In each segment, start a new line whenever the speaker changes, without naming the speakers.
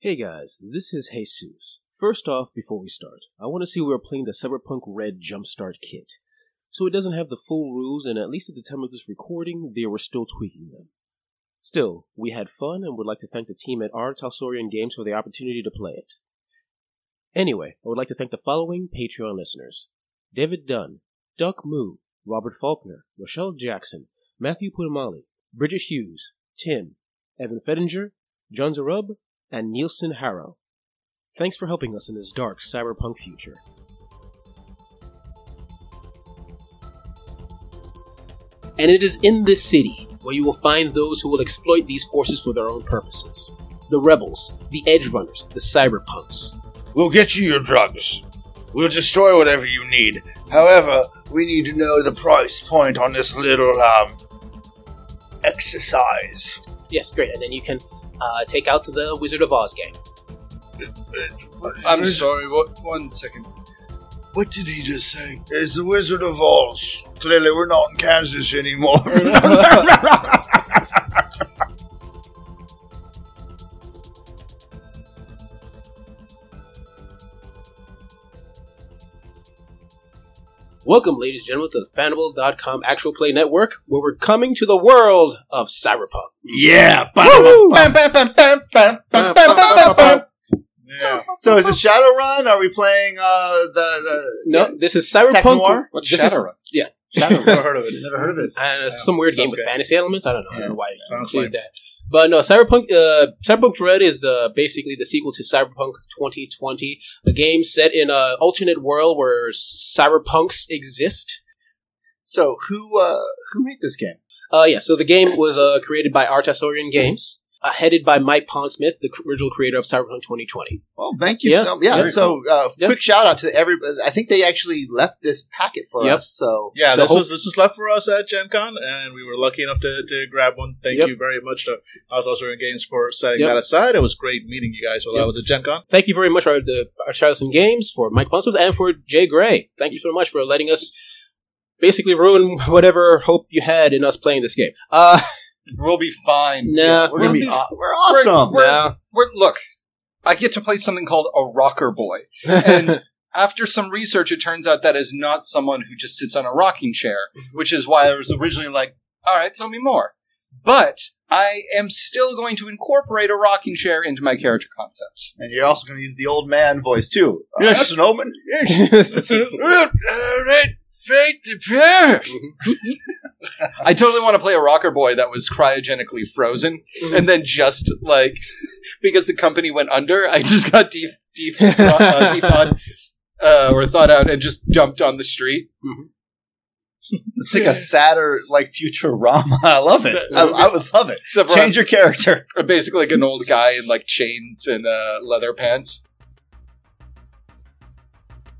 Hey guys, this is Jesus. First off, before we start, I want to see we're playing the Cyberpunk Red Jumpstart kit. So it doesn't have the full rules, and at least at the time of this recording, they were still tweaking them. Still, we had fun and would like to thank the team at Artasorian Games for the opportunity to play it. Anyway, I would like to thank the following Patreon listeners David Dunn, Duck Moo, Robert Faulkner, Rochelle Jackson, Matthew Putamali, Bridget Hughes, Tim, Evan Fettinger, John Zarub, and Nielsen Harrow. Thanks for helping us in this dark cyberpunk future. And it is in this city where you will find those who will exploit these forces for their own purposes the rebels, the edge runners, the cyberpunks.
We'll get you your drugs. We'll destroy whatever you need. However, we need to know the price point on this little, um, exercise.
Yes, great. And then you can uh, take out the Wizard of Oz gang.
I'm sorry, what, one second.
What did he just say? It's the Wizard of Oz. Clearly, we're not in Kansas anymore.
Welcome, ladies and gentlemen, to the Fanable.com Actual Play Network, where we're coming to the world of cyberpunk.
yeah.
Woo!
bam, bam, bam, bam, bam, bam, bam, bam, bam, bam.
Yeah.
So is it Shadowrun? Are we playing uh, the, the
No, this is cyberpunk.
Technoir?
What's
this is-
Shadowrun?
yeah.
Shadowrun. Never heard of it.
Never heard of it.
uh, some weird game with
sounds good.
fantasy elements. I don't know, I don't know why you
sounds
include
lame.
that. But no, Cyberpunk uh, Cyberpunk Dread is the basically the sequel to Cyberpunk 2020, a game set in an alternate world where cyberpunks exist.
So, who uh, who made this game?
Uh, yeah, so the game was uh, created by Artasorian Games, uh, headed by Mike Pondsmith, the c- original creator of Cyberpunk 2020.
Well, thank you.
Yeah.
so, yeah
Very
so, uh,
Yeah.
quick shout out to every. I think they actually left this packet for
Yep.
us. So,
Yeah,
So
this
hope-
was this was left for us at Gen Con, and we were lucky enough to, to grab one. Thank
Yep.
you very much to Oz also in Games for setting
Yep.
that aside. It was great meeting you guys while
Yep.
I was at Gen Con.
Thank you very much, our, the, our Charleston Games, for Mike Pondsmith and for Jay Gray. Thank you so much for letting us basically ruin whatever hope you had in us playing this game. Uh,
We'll be fine.
nah.
we're gonna be.
We're-
aw- we're awesome.
We're-
nah.
We're, look, I get to play something called a rocker boy. And after some research, it turns out that is not someone who just sits on a rocking chair, which is why I was originally like, all right, tell me more. But I am still going to incorporate a rocking chair into my character concepts.
and you're also going to use the old man voice too. Uh,
Yes.
That's an omen.
all uh, right, fake the prayer. I totally want to play a rocker boy that was cryogenically frozen,
Mhm.
and then just like because the company went under, I just got deep, deep, uh, uh, defawed, uh, or thought out, and just dumped on the street.
It's like a sadder, like Futurama. I love it. I, I would love it.
Except for
Change your character.
I'm basically like an old guy in like chains and uh, leather pants.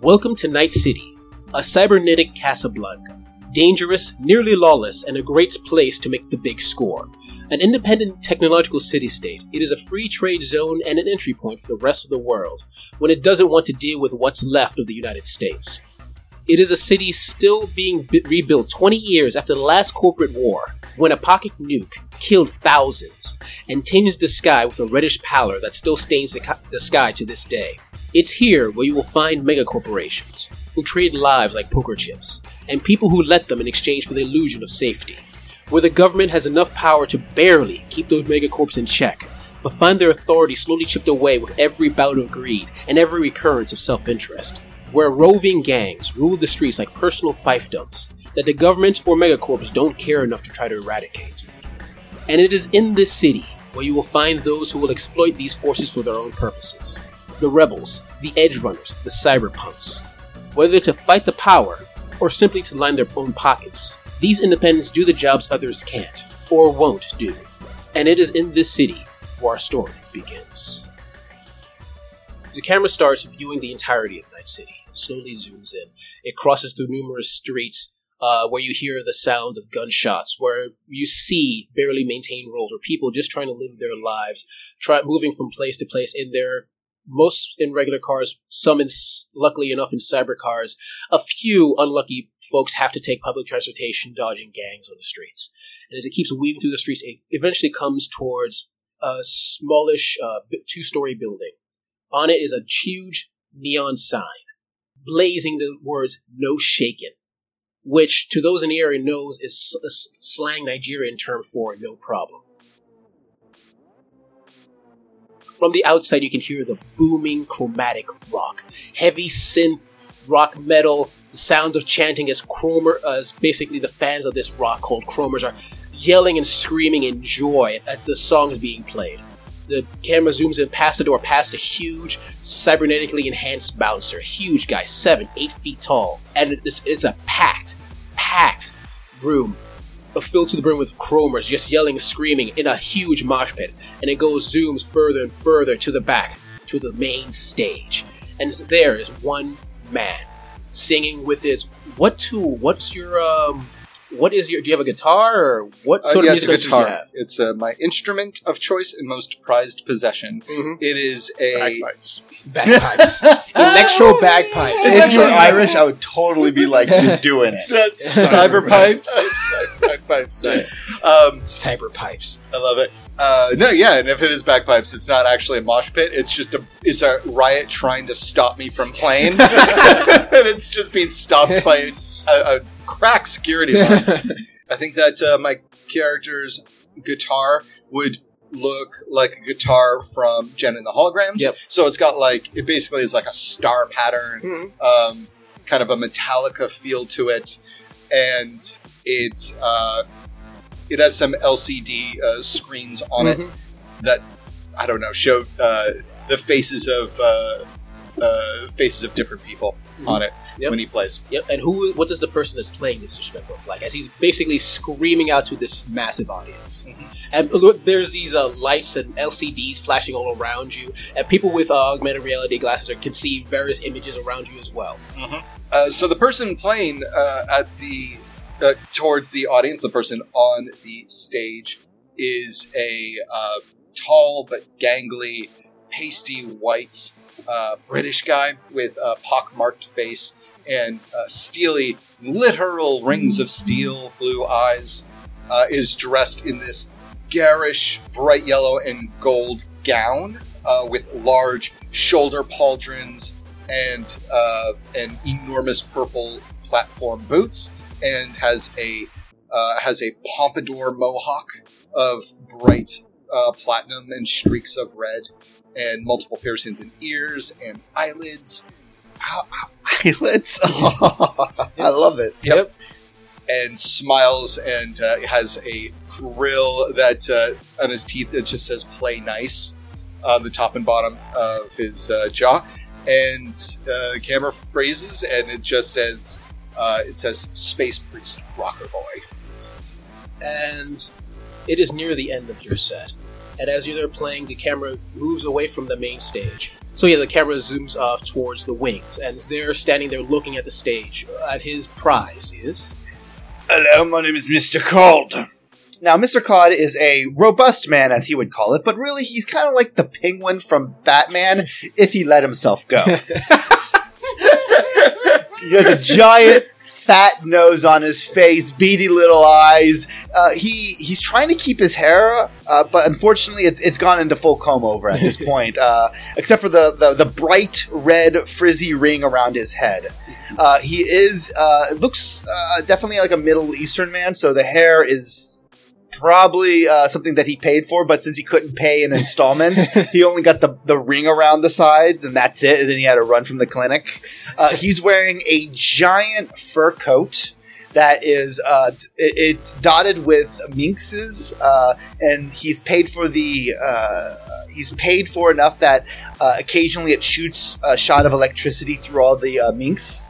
Welcome to Night City, a cybernetic Casablanca. Dangerous, nearly lawless, and a great place to make the big score. An independent technological city state, it is a free trade zone and an entry point for the rest of the world when it doesn't want to deal with what's left of the United States. It is a city still being b- rebuilt 20 years after the last corporate war, when a pocket nuke killed thousands and tinged the sky with a reddish pallor that still stains the, co- the sky to this day. It's here where you will find mega corporations who trade lives like poker chips and people who let them in exchange for the illusion of safety. Where the government has enough power to barely keep those megacorps in check, but find their authority slowly chipped away with every bout of greed and every recurrence of self interest. Where roving gangs rule the streets like personal fiefdoms that the government or megacorps don't care enough to try to eradicate. And it is in this city where you will find those who will exploit these forces for their own purposes the rebels, the edge runners, the cyberpunks. Whether to fight the power or simply to line their own pockets, these independents do the jobs others can't or won't do. And it is in this city where our story begins. The camera starts viewing the entirety of Night City, slowly zooms in. It crosses through numerous streets uh, where you hear the sound of gunshots, where you see barely maintained roles, where people just trying to live their lives, try, moving from place to place in their most in regular cars, some in s- luckily enough in cyber cars. A few unlucky folks have to take public transportation, dodging gangs on the streets. And as it keeps weaving through the streets, it eventually comes towards a smallish uh, two story building. On it is a huge neon sign blazing the words "No Shaken," which to those in the area knows is s- s- slang Nigerian term for no problem. From the outside, you can hear the booming chromatic rock, heavy synth rock metal. The sounds of chanting as Chromer, as basically the fans of this rock called Chromers are yelling and screaming in joy at the songs being played. The camera zooms in past the door, past a huge, cybernetically enhanced bouncer. Huge guy, seven, eight feet tall. And it's, it's a packed, packed room f- filled to the brim with chromers just yelling, screaming in a huge mosh pit. And it goes, zooms further and further to the back, to the main stage. And it's- there is one man singing with his. What to. What's your. um what is your? Do you have a guitar or what
Uh,
sort
yeah,
of
it's a
music instrument do you
guitar.
have?
It's uh, my instrument of choice and most prized possession.
Mhm.
It is a
Bagpipes.
Bagpipes, electro bagpipes.
If you're Irish, I would totally be like you're doing it.
cyber pipes.
Bagpipes. Nice.
Um,
cyber pipes.
I love it. Uh, no, yeah, and if it is bagpipes, it's not actually a mosh pit. It's just a it's a riot trying to stop me from playing, and it's just being stopped by a, a crack security line. I think that uh, my character's guitar would look like a guitar from Jen and the Holograms.
Yep.
So it's got like it basically is like a star pattern
Mm-hmm.
um, kind of a Metallica feel to it, and it uh, it has some LCD uh, screens on it
Mm-hmm.
that I don't know show uh, the faces of uh, uh, faces of different people on it
Yep.
when he plays.
Yep. And who? What does the person that's playing this instrument look like? As he's basically screaming out to this massive audience, and look, there's these uh, lights and LCDs flashing all around you, and people with uh, augmented reality glasses are, can see various images around you as well.
Uh, so the person playing uh, at the uh, towards the audience, the person on the stage is a uh, tall but gangly, pasty white uh, British guy with a pockmarked face and uh, steely, literal rings of steel blue eyes. Uh, is dressed in this garish, bright yellow and gold gown uh, with large shoulder pauldrons and uh, an enormous purple platform boots, and has a uh, has a pompadour mohawk of bright uh, platinum and streaks of red, and multiple piercings in ears and eyelids,
Eyelids. I love it.
and smiles and uh, has a grill that uh, on his teeth that just says "Play Nice" on the top and bottom of his uh, jaw, and uh, the camera phrases, and it just says uh, it says "Space Priest Rocker Boy."
And it is near the end of your set, and as you're there playing, the camera moves away from the main stage. So yeah, the camera zooms off towards the wings, and they're standing there looking at the stage. At his prize is
Hello, my name is Mr. Calder.
Now, Mr. Cod is a robust man, as he would call it, but really he's kind of like the penguin from Batman if he let himself go. he has a giant, fat nose on his face, beady little eyes. Uh, he he's trying to keep his hair, uh, but unfortunately, it's it's gone into full comb over at this point, uh, except for the, the the bright red frizzy ring around his head. Uh, he is uh, looks uh, definitely like a Middle Eastern man, so the hair is probably uh, something that he paid for. But since he couldn't pay in installments, he only got the the ring around the sides, and that's it. And then he had to run from the clinic. Uh, he's wearing a giant fur coat that is uh, d- it- it's dotted with minxes, uh, and he's paid for the. Uh, He's paid for enough that uh, occasionally it shoots a shot of electricity through all the uh, minks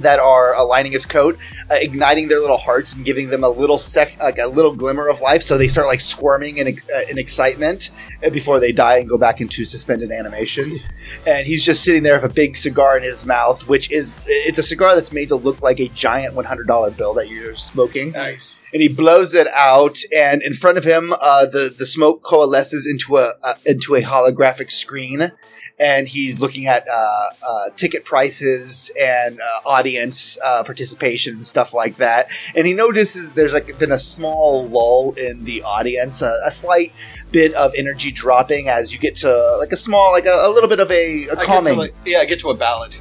that are aligning his coat, uh, igniting their little hearts and giving them a little sec, like a little glimmer of life. So they start like squirming in, ex- uh, in excitement uh, before they die and go back into suspended animation. And he's just sitting there with a big cigar in his mouth, which is it's a cigar that's made to look like a giant one hundred dollar bill that you're smoking.
Nice.
And he blows it out, and in front of him, uh, the the smoke coalesces into a uh, into a holographic screen. And he's looking at uh, uh, ticket prices and uh, audience uh, participation and stuff like that. And he notices there's like been a small lull in the audience, a, a slight bit of energy dropping as you get to like a small, like a, a little bit of a, a
I get to,
calming.
like- yeah, I get to a ballad.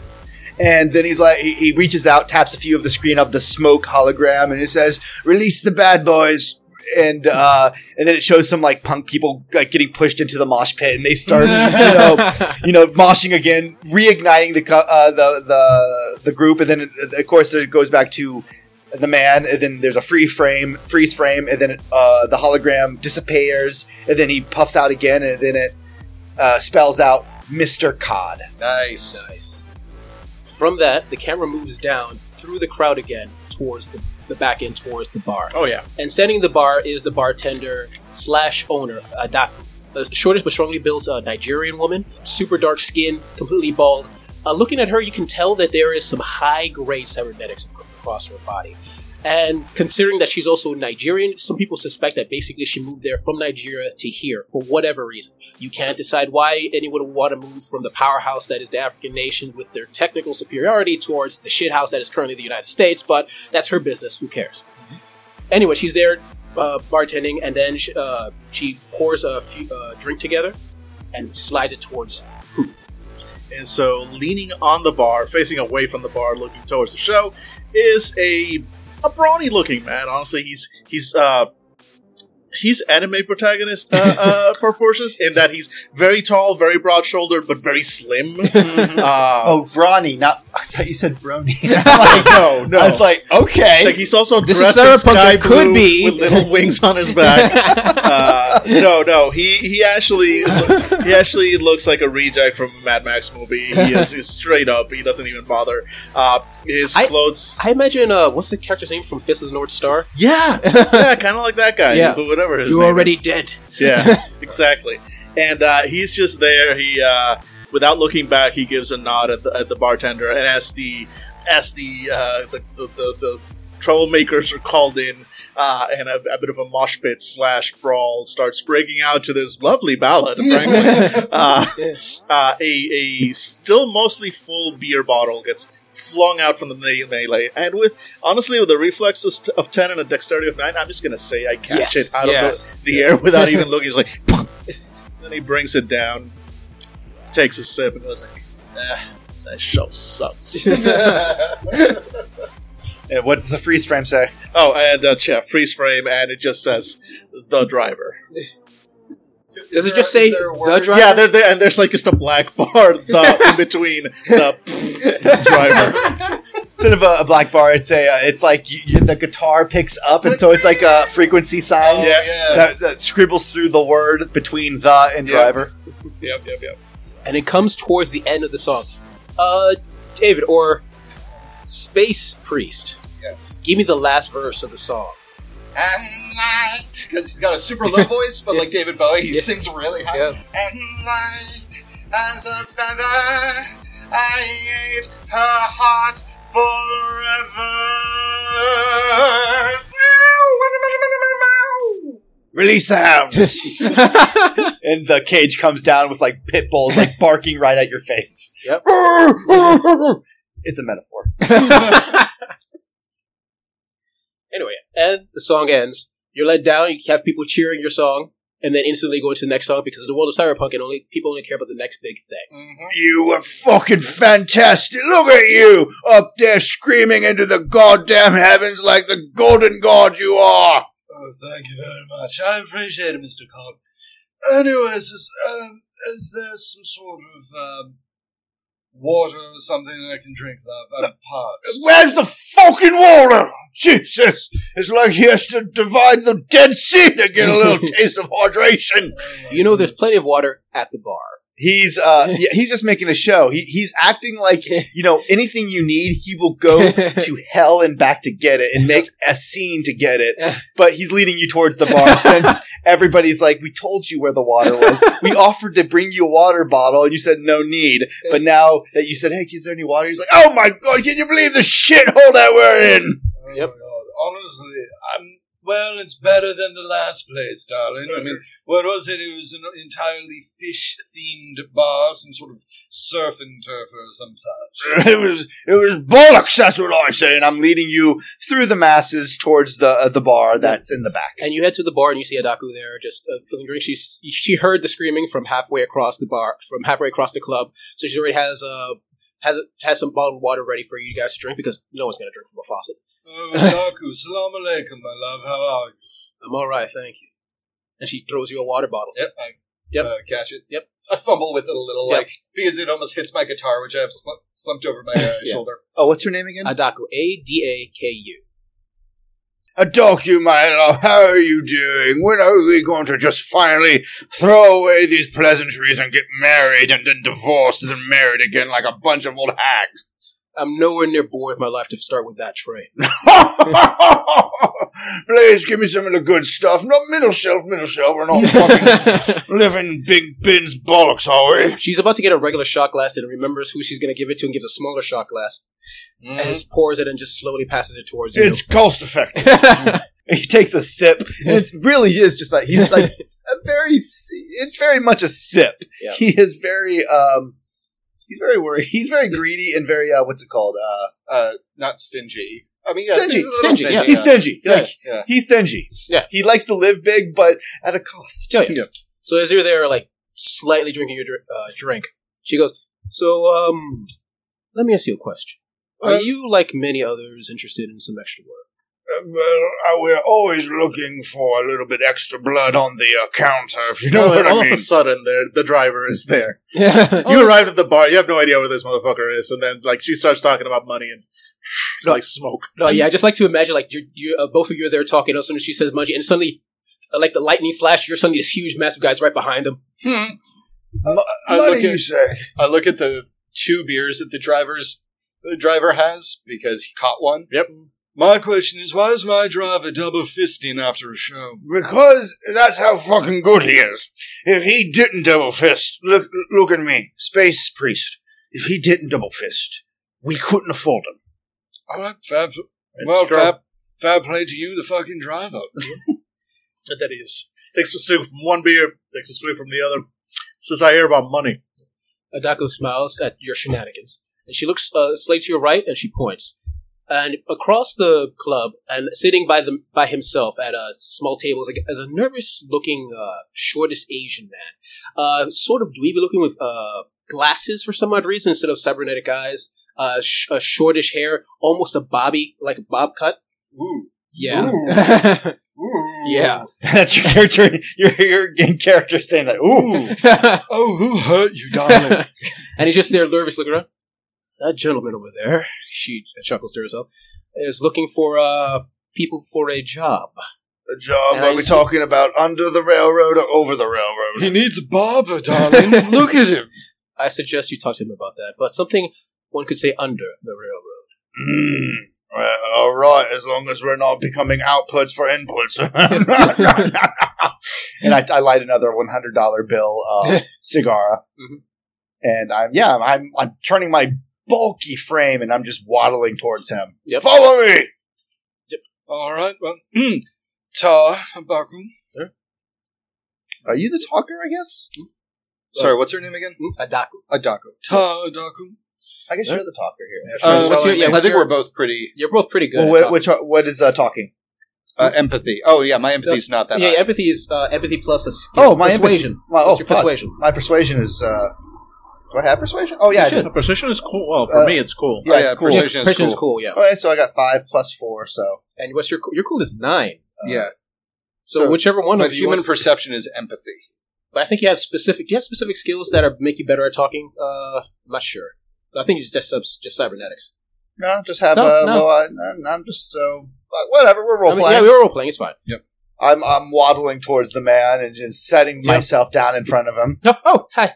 and then he's like, he, he reaches out, taps a few of the screen of the smoke hologram, and it says, "Release the bad boys." And uh, and then it shows some like punk people like getting pushed into the mosh pit, and they start you know you know, moshing again, reigniting the co- uh, the the the group, and then uh, of course it goes back to the man, and then there's a free frame, freeze frame, and then uh, the hologram disappears, and then he puffs out again, and then it uh, spells out Mister Cod.
Nice.
Nice. From that, the camera moves down through the crowd again towards the, the back end, towards the bar.
Oh yeah.
And standing in the bar is the bartender slash owner, Adaku. The shortest but strongly built uh, Nigerian woman, super dark skin, completely bald. Uh, looking at her, you can tell that there is some high grade cybernetics ac- across her body. And considering that she's also Nigerian, some people suspect that basically she moved there from Nigeria to here for whatever reason. You can't decide why anyone would want to move from the powerhouse that is the African nation with their technical superiority towards the shithouse that is currently the United States, but that's her business. Who cares?
Mm-hmm.
anyway, she's there uh, bartending, and then she, uh, she pours a few, uh, drink together and slides it towards.
And so, leaning on the bar, facing away from the bar, looking towards the show, is a a brawny looking man. Honestly, he's he's uh he's anime protagonist uh, uh, proportions in that he's very tall, very broad shouldered, but very slim. uh,
Oh, brawny! Not I thought you said brony.
Oh,
like, no, no.
I was like, okay,
Like he's also
This
dressed
is
in
Sarah
sky
Punker, could
blue
be.
with little wings on his back. Uh, no, no, he he actually he actually looks like a reject from a Mad Max movie. He is he's straight up. He doesn't even bother. Uh, his
I-
clothes,
I imagine, uh, what's the character's name from Fist of the North Star?
yeah, yeah, kind of like that guy.
Yeah.
but whatever his
You're
name
already
is.
dead.
yeah, exactly. And uh, he's just there. He uh, without looking back, he gives a nod at the, at the bartender, and as the as the uh, the, the, the, the troublemakers are called in, uh, and a, a bit of a mosh pit slash brawl starts breaking out to this lovely ballad. Frankly, uh, uh, a a still mostly full beer bottle gets flung out from the me- melee, and with honestly with the reflexes t- of ten and a dexterity of nine, I'm just gonna say I catch
Yes.
it out
Yes.
of the, the air without even looking. He's like, "Pum." then he brings it down, takes a sip, and goes like, "Ah, that show sucks."
And what does the freeze frame say?
oh, and uh, yeah, freeze frame, and it just says the driver.
Does
Is
it just
there-
say
is there a
the
word?
driver?
Yeah, they're there, and there's like just a black bar the, in between the driver.
Instead of a, a black bar, it's a. Uh, it's like you, you, the guitar picks up, and so it's like a frequency sign
Yeah.
that, that scribbles through the word between the and
Yeah.
driver.
Yep, yep, yep.
And it comes towards the end of the song. Uh, David, or Space Priest,
Yes.
give me the last verse of the song.
And light, because he's got a super low voice, but like David Bowie, he
Yeah.
sings really high.
Yeah.
And light as a feather, I ate her heart forever.
Release the hounds, and the cage comes down with like pit bulls like barking right at your face.
Yep.
it's a metaphor.
Anyway, and the song ends. You're let down. You have people cheering your song, and then instantly go into the next song because in the world of cyberpunk, and only people only care about the next big thing.
Mhm.
You were fucking fantastic. Look at you up there screaming into the goddamn heavens like the golden god you are.
Oh, thank you very much. I appreciate it, Mr. Cobb. Anyways, is, um, is there some sort of um, water or something that I can drink? Love? I'm parched. Oh
Where's the fucking water? Jesus, it's like he has to divide the Dead Sea to get a little taste of hydration.
You know, there's plenty of water at the bar.
He's uh, yeah, he's just making a show. He, he's acting like you know anything you need, he will go to hell and back to get it and make a scene to get it. But he's leading you towards the bar since everybody's like, We told you where the water was. We offered to bring you a water bottle and you said no need. But now that you said, Hey, is there any water? He's like, Oh
Oh my god, can you believe the shithole that we're in?
Oh
Yep.
my God. Honestly, I'm well, it's better than the last place, darling. I mean, what was it? It was an entirely fish themed bar, some sort of surf and turf or some such.
it was it was bollocks. That's what I say, and I'm leading you through the masses towards the uh, the bar that's in the back.
And you head to the bar and you see Adaku there, just uh, filling drinks. She's she heard the screaming from halfway across the bar, from halfway across the club. So she already has uh has has some bottled water ready for you guys to drink because no one's gonna drink from a faucet.
Oh, Daku, salam alaikum, my love. How are you?
I'm all right, thank you. And she throws you a water bottle.
Yep, I
Yep.
uh, catch it.
Yep.
I fumble with it a little,
Yep.
like because it almost hits my guitar, which I have sl- slumped over my uh,
Yeah.
shoulder.
Oh, what's her name again?
Adaku, A D A K U.
I talk you, my love. How are you doing? When are we going to just finally throw away these pleasantries and get married and then divorced and then married again like a bunch of old hags?
I'm nowhere near bored with my life to start with that tray.
Please give me some of the good stuff. Not middle shelf, middle shelf. We're not fucking living big bins bollocks, are we?
She's about to get a regular shot glass and remembers who she's going to give it to and gives a smaller shot glass and
Mhm.
just pours it and just slowly passes it towards you. Mm.
It's cost effective.
He takes a sip. And it's really is just like he's like a very. s- It's very much a sip.
Yeah.
He is very. um He's very worried. He's very greedy and very. Uh, what's it called? Uh,
Uh, not stingy. I mean, yeah,
Stingy,
a little
stingy, yeah.
He's stingy. Like,
Yeah.
He's stingy.
Yeah.
He likes to live big, but at a cost.
Yeah, So as you're there, like slightly drinking your dr- uh, drink, she goes, "So, um, let me ask you a question. Are
Uh,
you like many others interested in some extra work?
Uh, Well, uh, we're always looking for a little bit extra blood on the uh, counter, if you know
all
what I
all
mean.
of a sudden, there the driver is there.
Yeah,
Oh,
you arrived at the bar. You have no idea where this motherfucker is, and then like she starts talking about money and like smoke.
no, yeah. I just like to imagine like you, you, uh, both of you are there talking. As soon as she says Munchie, and suddenly." uh, Like the lightning flash, you're suddenly this huge, massive guy's right behind them.
Hmm. I
What
look
do
at-
you say?
I look at the two beers that the driver's the driver has because he caught one.
Yep.
My question is, why is my driver double fisting after a show?
Because that's how fucking good he is. If he didn't double fist, look, look at me, space priest. If he didn't double fist, we couldn't afford him.
All right, fair. pl- well,
true.
fair, fair play to you, the fucking driver.
And then he is takes a swig from one beer, takes a swig from the other. Says, "I hear about money."
Adako smiles at your shenanigans, and she looks uh, slightly to your right, and she points. And across the club, and sitting by the by himself at a small table, is a, is a nervous-looking, uh, shortest Asian man, uh, sort of dweeby-looking with uh, glasses for some odd reason instead of cybernetic eyes, uh, sh- a shortish hair, almost a bobby, like a bob cut.
Ooh,
Yeah,
ooh,
yeah.
That's your character. Your, your in character saying that. Ooh.
Oh, who hurt you, darling?
and he's just there, nervous, looking around. That gentleman over there, she chuckles to herself, is looking for uh, people for a job.
A job,
And I
are we
just-
talking about under the railroad or over the railroad?
he needs a barber, darling. Look at him.
I suggest you talk to him about that, but something one could say under the railroad.
Mm. Well, all right, as long as we're not becoming outputs for inputs.
and I, I light another one hundred dollar bill uh, cigar,
Mhm.
and I'm yeah I'm I'm turning my bulky frame and I'm just waddling towards him.
Yep.
Follow me!
All right, well, Tar Bakum.
Are you the talker? I guess.
Sorry, what's her name again?
Adaku.
Adaku. Tar Adaku.
I guess
Yeah.
you're the talker here.
Uh, what's
Well,
your- yeah,
I
what's
think
your-
we're both pretty
You're both pretty good.
well,
at talking.
what, which are- what is uh, talking?
uh, empathy. Oh yeah, my empathy's not that
Hmm? yeah,
high.
empathy is uh, empathy plus a skill.
Oh, my empathy.
persuasion.
My, oh,
What's your
fuck.
persuasion.
my persuasion is. Uh, do I have persuasion? Oh yeah, I
should.
do.
Precision is cool. Well,
for
for
Uh,
me,
me,
it's cool.
Yeah,
Oh,
it's
yeah,
cool.
persuasion.
Yeah,
is
persuasion is
cool.
cool. Yeah.
All right, so I got five plus four, so
And what's your cool? your cool is nine.
yeah,
So,
So,
whichever one
but
of you
human
wants-
perception is empathy.
But I think you have specific. Do you have specific skills that are make you better at talking? Uh, I'm not sure. I think it's just subs, just cybernetics.
no, just have
No,
uh,
no.
well, I, I'm just so but whatever. We're role
I mean,
playing.
yeah, we were role playing. It's fine.
I'm I'm waddling towards the man and just setting
Yeah.
myself down in front of him.
No, oh, hi.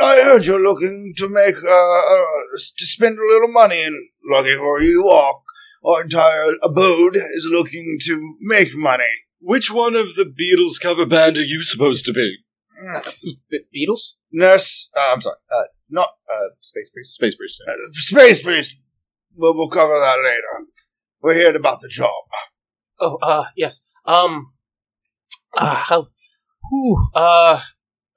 I heard you're looking to make, uh, uh, s- to spend a little money, and lucky for you, our, our entire abode is looking to make money.
Which one of the Beatles cover band are you supposed to be?
Be- Beatles.
Nurse,
Uh, I'm sorry, uh, not uh, space priest.
Space Priest.
uh, space priest. Well, we'll cover that later. We're here about the job.
Oh, uh, yes. Um, uh, how, whew, uh,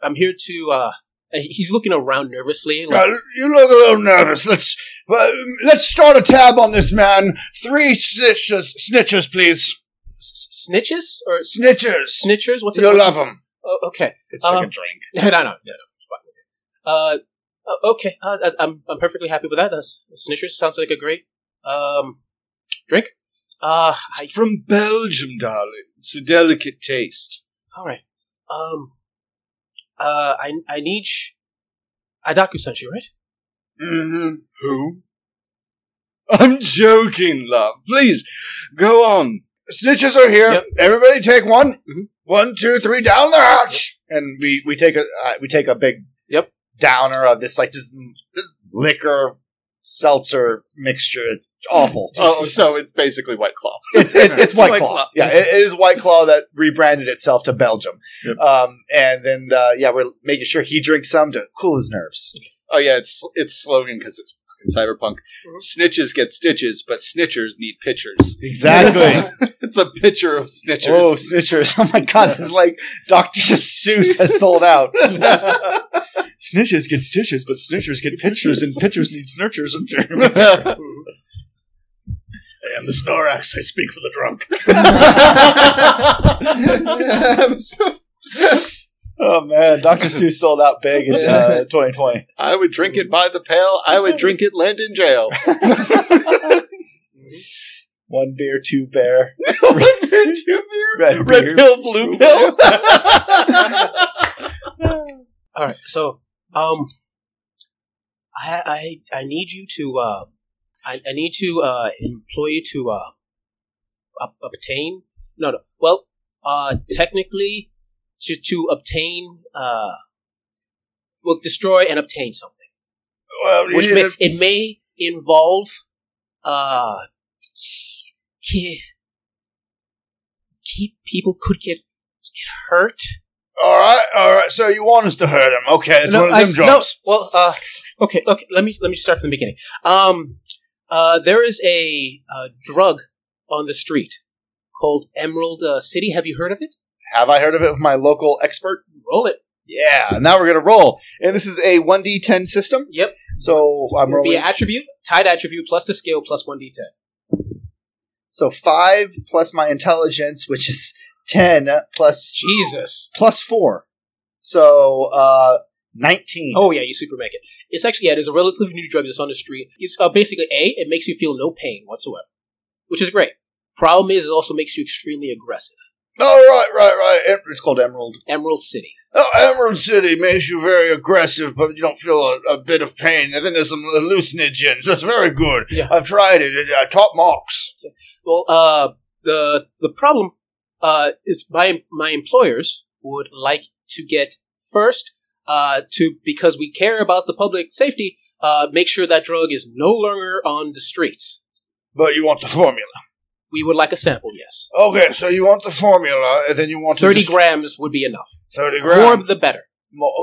I'm here to, uh, and he's looking around nervously. Like,
Uh, you look a little nervous. Let's uh, let's start a tab on this man. Three snitches, snitches, please.
s- snitches? Or s-
Snitches.
snitchers? What's it
You'll love
what's-
Uh-huh. them.
Oh, okay.
It's
like a Um,
drink.
no, no, no, no. it's fine. Uh, uh, okay. Uh, I- I'm, I'm perfectly happy with that. That's, snitchers sounds like a great, um, drink. Uh, I,
It's from Belgium, darling. It's a delicate taste.
All right. Um. Uh, I I need sh- Adaku sent you, right?
Mm-hmm.
Who? I'm joking, love. Please, go on.
Snitches are here.
Yep.
Everybody, take one.
Mhm.
One, two, three. Down the hatch.
and we we take a uh, we take a big
Yep.
downer of this like this this liquor seltzer mixture. It's awful.
Oh, so it's basically White Claw.
it's it, it's,
It's
White,
White
Claw.
Claw.
Yeah, it- it is White Claw that rebranded itself to Belgium.
Yep.
Um, and then uh, yeah, we're making sure he drinks some to cool his nerves.
Oh yeah, it's it's slogan because it's fucking cyberpunk.
Uh-huh.
Snitches get stitches, but snitchers need pitchers.
Exactly.
It's a pitcher of snitchers.
oh, snitchers! Oh my god, this is like Doctor Seuss has sold out.
Snitches get stitches, but snitchers get pictures, and pictures need snitchers. And Oh,
I am the Snorax. I speak for the drunk.
Oh man, Doctor Seuss sold out big in uh, 2020.
I would drink it by the pail. I would drink it land in jail.
One beer, two bear.
Red,
Red
pill, blue pill.
All right. So, um, I I I need you to uh, I, I need to uh employ you to uh, ob- obtain no no well uh technically to to obtain uh well destroy and obtain something.
well,
which
yeah,
may, it may involve uh ki- ki- people could get get hurt.
all right, all right. So you want us to hurt him? Okay, it's one of
I
them
s-
jobs.
well, uh, okay, okay. Let me let me start from the beginning. Um, uh, there is a uh, drug on the street called Emerald uh, City. Have you heard of it?
Have I heard of it with my local expert?
Roll it.
Yeah. Now we're gonna roll, and this is a 1d10 system.
Yep.
So I'm
It'll be
rolling.
an attribute, tied attribute, plus the scale, plus one d10.
So five plus my intelligence, which is ten plus
Jesus.
plus four. So uh nineteen.
Oh yeah, you super make it. It's actually yeah, it is a relatively new drug that's on the street. It's uh, basically a it makes you feel no pain whatsoever, which is great. Problem is, it also makes you extremely aggressive.
All Oh, right, right, right. Em-
It's called Emerald.
Emerald City.
Oh, Emerald City makes you very aggressive, but you don't feel a, a bit of pain. And then there's some hallucinogens. That's very good.
Yeah.
I've tried it. it uh, top marks.
Well, uh, the the problem uh, is my my employers would like to get first uh, to because we care about the public safety. Uh, make sure that drug is no longer on the streets.
But you want the formula.
We would like a sample, yes.
Okay, so you want the formula, and then you want to
Thirty
just-
grams would be enough.
30
More
grams.
the better.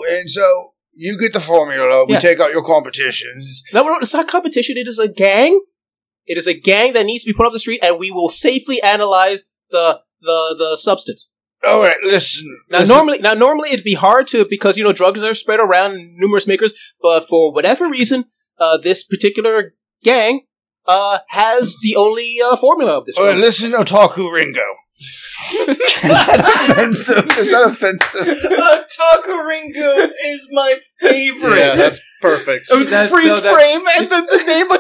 And so you get the formula. We
Yes.
take out your competitions.
No, no, it's not competition. It is a gang. It is a gang that needs to be put off the street, and we will safely analyze the the the substance.
All right, listen.
Now,
listen.
normally, now normally it'd be hard to because you know drugs are spread around in numerous makers, but for whatever reason, uh, this particular gang uh, has the only uh, formula of this.
All right,
drug.
listen, Otaku Ringo.
is that offensive? Is that offensive?
Takaringo is my favorite.
Yeah, that's perfect.
Oh, freeze frame and then the name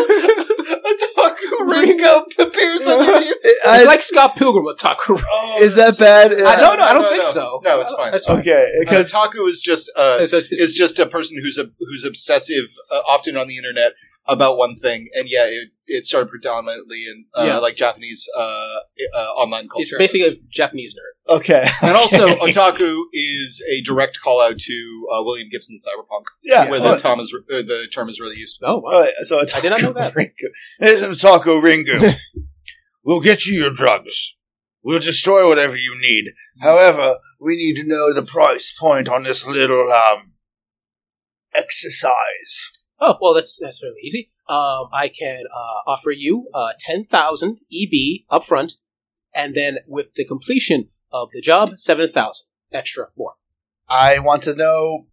Otaku. Otaku Ringo appears underneath. Oh,
it's like Scott Pilgrim with Tucker.
is that bad?
I don't know. I don't
No,
think
no.
so.
No, it's fine.
It's fine.
Okay, because
Because Otaku is just uh,
It's- it's-
is just a person who's a, who's obsessive, uh, often on the internet about one thing, and yeah, it, it started predominantly in uh,
Yeah.
like Japanese uh, uh, online
it's
culture,
basically a Japanese nerd.
okay,
and also otaku is a direct call out to uh, William Gibson's Cyberpunk,
yeah.
where
all
the,
right,
Tom is, uh, the term is really used.
Oh,
all
wow.
right, so
I did not know
Otaku
that.
Ringo.
Listen, Otaku Ringo. we'll get you your drugs. We'll destroy whatever you need. However, we need to know the price point on this little, um, exercise.
Oh, well, that's that's fairly easy. um, I can uh, offer you uh, 10,000 EB upfront, and then with the completion of the job, 7,000 extra more.
I want to know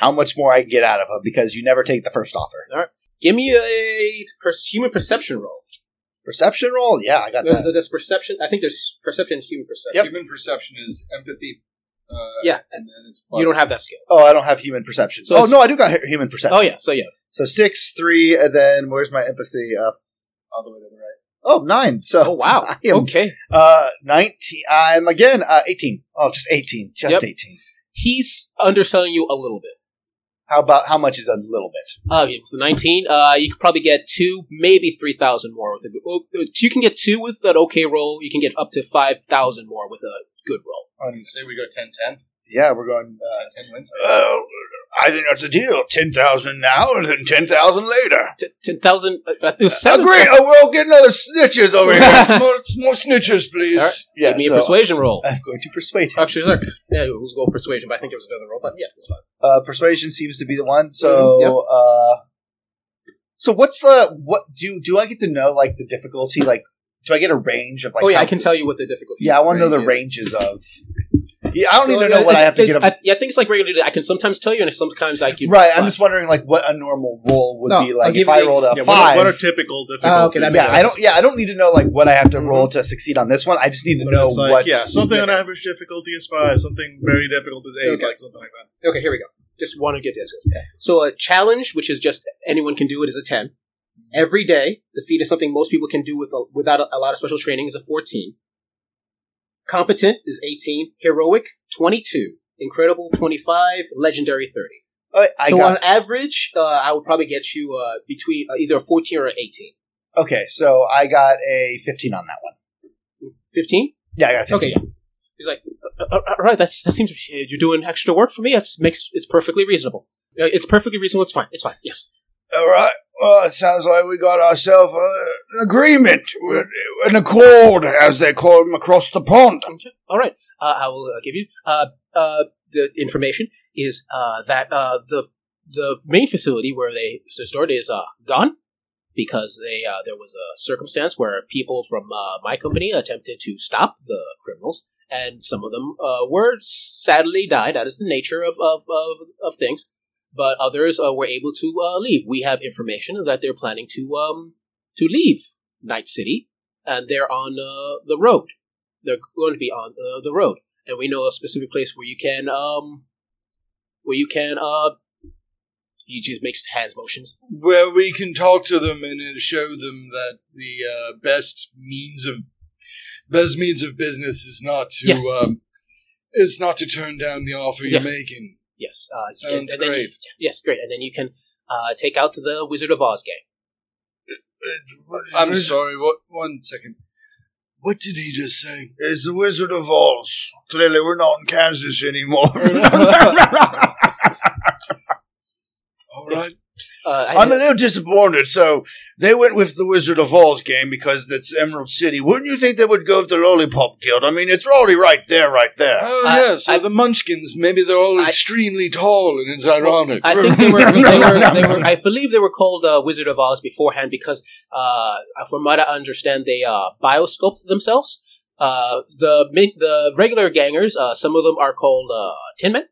how much more I can get out of him because you never take the first offer.
Give me a per- human perception roll.
Perception roll? Yeah, I got
There's,
that.
there's perception. I think there's perception and human perception.
Human perception is empathy. Uh,
Yeah.
and then it's plus
You don't have that skill.
Oh, I don't have human perception.
So
oh
it's-
no, I do got hu- human perception.
Oh yeah, so yeah,
So six, three, and then where's my empathy? Uh,
all the way to the right.
oh, nine. So
Oh wow.
I am
okay.
uh nineteen. I'm again uh, eighteen. Oh, just eighteen. Just
Yep.
eighteen.
He's underselling you a little bit.
How about how much is a little bit?
Uh, yeah, with the nineteen, uh, you could probably get two, maybe three thousand more with a good. oh, You can get two with an okay roll. You can get up to five thousand more with a good roll.
And say we go 10 10.
Yeah, we're going. Uh,
10 wins.
Uh, I think that's a deal. 10,000 now and then 10,000 later.
T- Ten thousand. Uh, I think it was seven.
Agree. Oh, we'll get another snitches over here.
Yes, more, more snitches, please.
All right.
yeah,
Give me
so
a persuasion roll.
I'm going to persuade him.
Uh, Actually, sorry. Yeah, it was go with persuasion, but I think there was another roll. But yeah, it's fine.
Uh, persuasion seems to be the one. So,
Mhm, yep.
uh, so what's the what do do I get to know like the difficulty? Like, do I get a range of like?
oh yeah,
how-
I can tell you what the difficulty.
Yeah, I want to know the ranges of. Yeah, I don't even know what I have to
It's-
get. A,
I, yeah, I think it's like regular. I can sometimes tell you, and sometimes I can.
right, I'm just wondering like what a normal roll would
No,
be
I'll
like
give
if
you
I
the ex-
rolled a
Yeah, what, are,
five.
what are typical difficulties?
Ah, okay, that makes Mm-hmm.
yeah, I don't. Yeah, I don't need to know like what I have to roll to succeed on this one. I just need to
But
know
it's like,
what's
yeah, something on average difficulty is five, something very difficult is eight,
Okay.
like something like that.
Okay, here we go. Just want to get to this. So a challenge, which is just anyone can do it, is a ten. Every day, the feat is something most people can do with a, without a, a lot of special training, is a fourteen. Competent is eighteen. Heroic twenty-two. Incredible twenty-five. Legendary thirty.
Uh, I
so
got
on average, uh, I would probably get you uh, between uh, either a fourteen or an eighteen.
okay. So I got a 15 on that one.
Fifteen.
Yeah, I got a 15.
Okay. Yeah. He's like, "Uh, uh, all right, that's that seems you're doing extra work for me. That's makes it's perfectly reasonable. Uh, It's perfectly reasonable. It's fine. It's fine. Yes.
All right. Well, it sounds like we got ourselves uh, an agreement, with- an accord, as they call them across the pond.
Okay. All right. Uh, I will uh, give you uh, uh, the information is uh, that uh, the the main facility where they stored is uh, gone because they uh, there was a circumstance where people from uh, my company attempted to stop the criminals, and some of them uh, were sadly died. That is the nature of of, of, of things. But others uh, were able to uh, leave. We have information that they're planning to um, to leave Night City, and they're on uh, the road they're going to be on uh, the road, and we know a specific place where you can um where you can uh he just makes hands motions.
where we can talk to them and uh, show them that the uh, best means of best means of business is not to
Yes.
um, is not to turn down the offer
Yes.
you're making.
Yes, uh,
Sounds
then you-
great.
yes, great, and then you can uh take out the Wizard of Oz gang.
I'm sorry. What? One second. What did he just say?
It's the Wizard of Oz. Clearly, we're not in Kansas anymore.
All
Yes.
right.
Uh, I-
I'm a little disappointed. So they went with the Wizard of Oz game because it's Emerald City. Wouldn't you think they would go with the Lollipop Guild? I mean, it's already right there, right there.
Oh
I-
yeah. So
I-
the Munchkins. Maybe they're all
I-
extremely tall, and it's ironic.
I think they were, they were, they were I believe they were called uh, Wizard of Oz beforehand because, uh, from what I understand, they uh, bioscoped themselves. Uh, the min- the regular gangers, uh, some of them are called uh, Tin Men,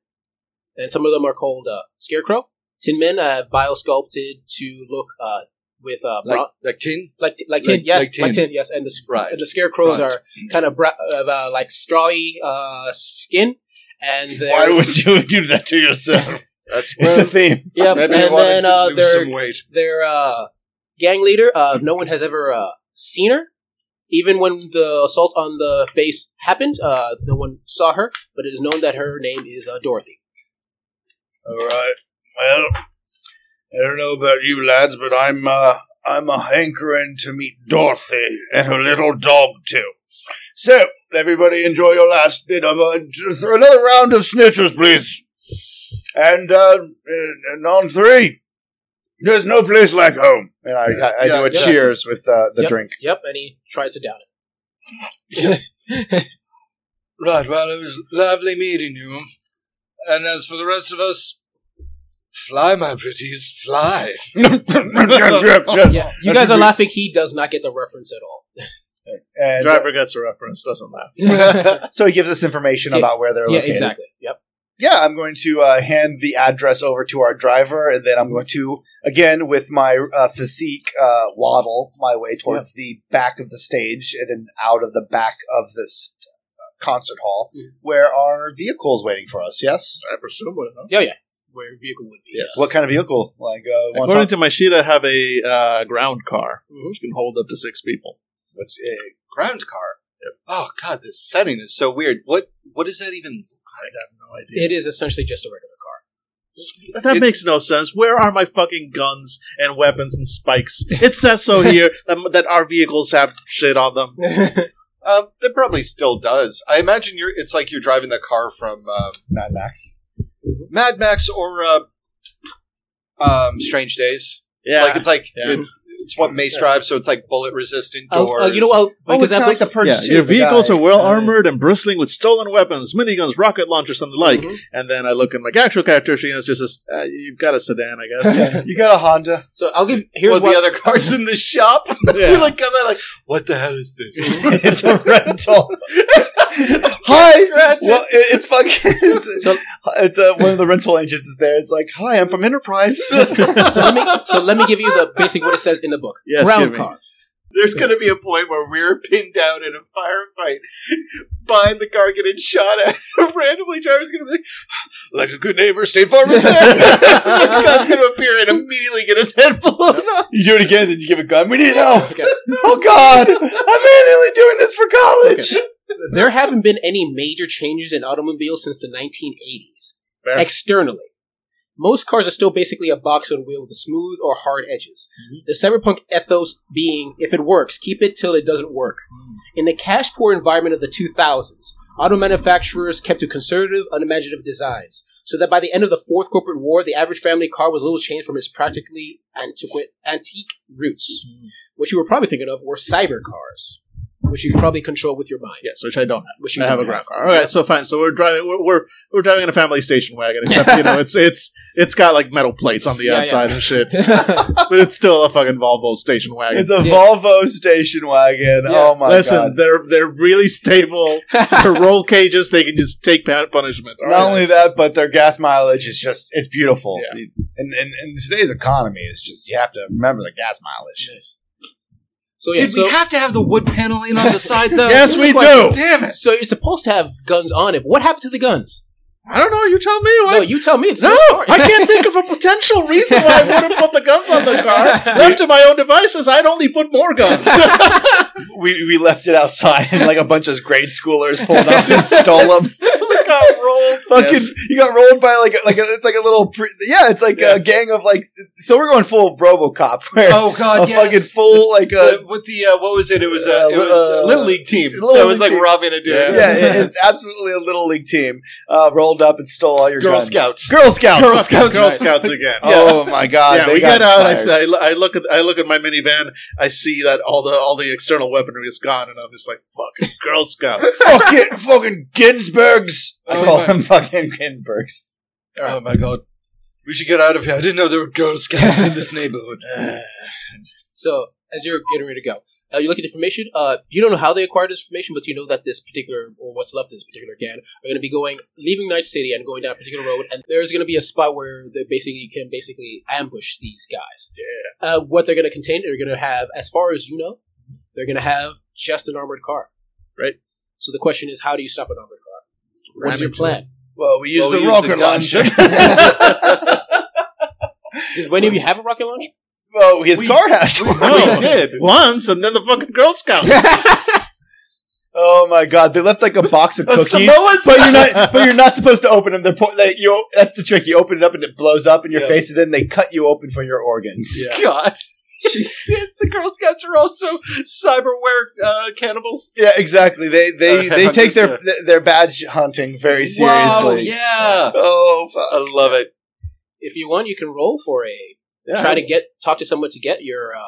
and some of them are called uh, Scarecrow. Tin Men uh, biosculpted to look uh, with uh, brown,
like, like tin.
like like tin,
Like-
yes,
like
like tin.
tin.
yes, and the s-
Right.
and the scarecrows
Right.
are kind of bra- of, uh, like strawy uh, skin, and
Why
there's-
would you do that to yourself?
That's
It's a theme.
yeah,
maybe
and
he wanted
then
to
uh,
lose
there
some weight.
their uh, gang leader. Uh, no one has ever uh, seen her. Even when the assault on the base happened, uh, no one saw her, but it is known that her name is uh, Dorothy.
All right. Well, I don't know about you lads, but I'm uh, I'm a hankering to meet Dorothy and her little dog too. So, everybody, enjoy your last bit of uh, just another round of snitches, please. And uh, and- and on three, there's no place like home.
And I, I, I
Yeah,
do a
yeah.
cheers with uh, the
Yep.
drink.
Yep, and he tries to down
Right, well, it was lovely meeting you. And as for the rest of us, Fly, my pretties, fly.
Yeah, you guys are laughing. He does not get the reference at all.
And, uh,
Driver gets a reference, doesn't laugh.
so he gives us information
Yeah.
about where they're
yeah,
located.
exactly. Yep.
Yeah, I'm going to uh, hand the address over to our driver, and then I'm going to, again, with my uh, physique, uh, waddle my way towards the back of the stage and then out of the back of this uh, concert hall
Mhm.
where our vehicle's waiting for us, yes?
I presume would huh?
Yeah, yeah. Where your vehicle would be.
Yes.
What kind of vehicle? Like, uh,
According
wanna talk- Mm-hmm.
to my sheet, I have a uh, ground car, which can hold up to six people.
what's, uh,
Ground car. Oh god, this setting is so weird. What what does that even
I have no idea.
It is essentially just a regular car.
that
it's-
makes no sense. Where are my fucking guns and weapons and spikes? It says so here that, that our vehicles have shit on them.
Um, that probably still does. I imagine you're. It's like you're driving the car from um,
Mad Max?
Mad Max or uh, um, Strange Days.
Yeah,
Like it's like
Yeah.
it's it's what Mace drives, so it's like bullet resistant
I'll-
doors.
I'll- uh, you know, I'll,
Oh, it's
because
kind
I've
of like the Purge
yeah,
too,
your
the
vehicles
guy.
are well
Uh,
armored and bristling with stolen weapons, miniguns, rocket launchers, and the like.
Mhm.
And then I look at my actual character sheet, and it's just, a, uh, you've got a sedan, I guess.
you got a Honda.
Mhm. So I'll give. Here's
well,
what.
the other cars in the shop.
Yeah.
you like come out like, what the hell is this?
it's a rental. Hi!
Scratch it.
Well, it, it's fucking. It's,
So-
it's, uh, one of the rental agents is there. It's like, hi, I'm from Enterprise.
so let me. So let me give you the basic what it says in the book.
Yes, give
Ground
me.
car.
There's going to be a point where we're pinned down in a firefight, behind the car getting shot at. Randomly, driver's going to be like, like a good neighbor, State Farm is there. the guy's going to appear and immediately get his head blown off.
you do it again, then you give a gun. We need help.
Okay.
Oh God, I'm manually doing this for college.
There haven't been any major changes in automobiles since the 1980s.
Fair.
Externally, most cars are still basically a box on wheels with smooth or hard edges. The cyberpunk ethos being, if it works, keep it till it doesn't work. In the cash poor environment of the 2000s, auto manufacturers kept to conservative, unimaginative designs, so that by the end of the Fourth Corporate War, the average family car was little changed from its practically antiqui- antique roots. What you were probably thinking of were cyber cars, which you could probably control with your mind.
Yes, which I don't have.
Which you
I have a
didn't
ground car. All right, so fine. So we're driving. We're we're, we're driving in a family station wagon, except you know it's it's it's got like metal plates on the
Yeah, yeah.
outside and shit,
have.
but it's still a fucking Volvo station wagon.
It's a
Yeah.
Volvo station wagon.
Yeah.
Oh my
Listen,
God.
they're they're really stable. For roll cages, they can just take pa- punishment. All
Not
right.
only that, but their gas mileage is just, it's beautiful.
Yeah.
And, and, and today's economy is just, you have to remember the gas mileage.
so yeah, so,
have to have the wood paneling on the side, though?
yes, we do.
Damn it.
so it's supposed to have guns on it. What happened to the guns?
I don't know. You tell me.
No,
What?
you tell me. It's
No,
your story.
I can't think of a potential reason why I would have put the guns on the car. Left to my own devices, I'd only put more guns.
We, we left it outside and like a bunch of grade schoolers pulled up and stole them.
got rolled.
fucking
Yes.
you got rolled by like a, like a, it's like a little pre- yeah it's like
Yeah.
a gang of like so we're going full RoboCop where
Oh,
a
God,
fucking full like a
The- with the, uh, what was it? It was,
Uh,
uh, it was uh,
uh,
Little League team.
Little
that was
League
like
team.
robbing a dude.
yeah, it- it's absolutely a little league team uh, rolled up and stole all your
Girl
guns.
Scouts.
Girl Scouts
Girl Scouts.
Girl Scouts again.
oh my god
yeah,
they
we
got
get out. I,
fired.
say- I lo- I look at I look at my minivan. I see that all the all the external weaponry is gone, and I'm just like, "Fuck, Girl Scouts."
fucking fucking Ginsburgs I
Oh
call
my-
them fucking Ginsburgs
Oh my god. We should get out of here. I didn't know there were Girl Scouts in this neighborhood.
So as you're getting ready to go, uh, you look at information. Uh, you don't know how they acquired this information, but you know that this particular or what's left of this particular gang are going to be going leaving Night City and going down a particular road, and there's going to be a spot where they basically can basically ambush these guys. Yeah. Uh, what they're going to contain, they're going to have, as far as you know, they're going to have just an armored car, right? So the question is, how do you stop an armored car? What's your plan?
well we used
Well,
the
we used the
rocket
gun.
launcher
Does any of you have a rocket launcher?
well his
We-
car has one.
No, we did once, and then the fucking Girl Scouts.
oh my god they left like a box of cookies
Samoa's
but you're not. But you're not supposed to open them. They're po- they, you. That's the trick. You open it up and it blows up in your
Yeah.
face, and then they cut you open for your organs.
Yeah.
God. yes, the Girl Scouts are also cyberware uh, cannibals.
Yeah, exactly. They they
Uh,
they take their
hunters,
th- their badge hunting very seriously.
yeah.
Oh, fuck.
I love it.
If you want, you can roll for a
Yeah,
try to get talk to someone to get your uh,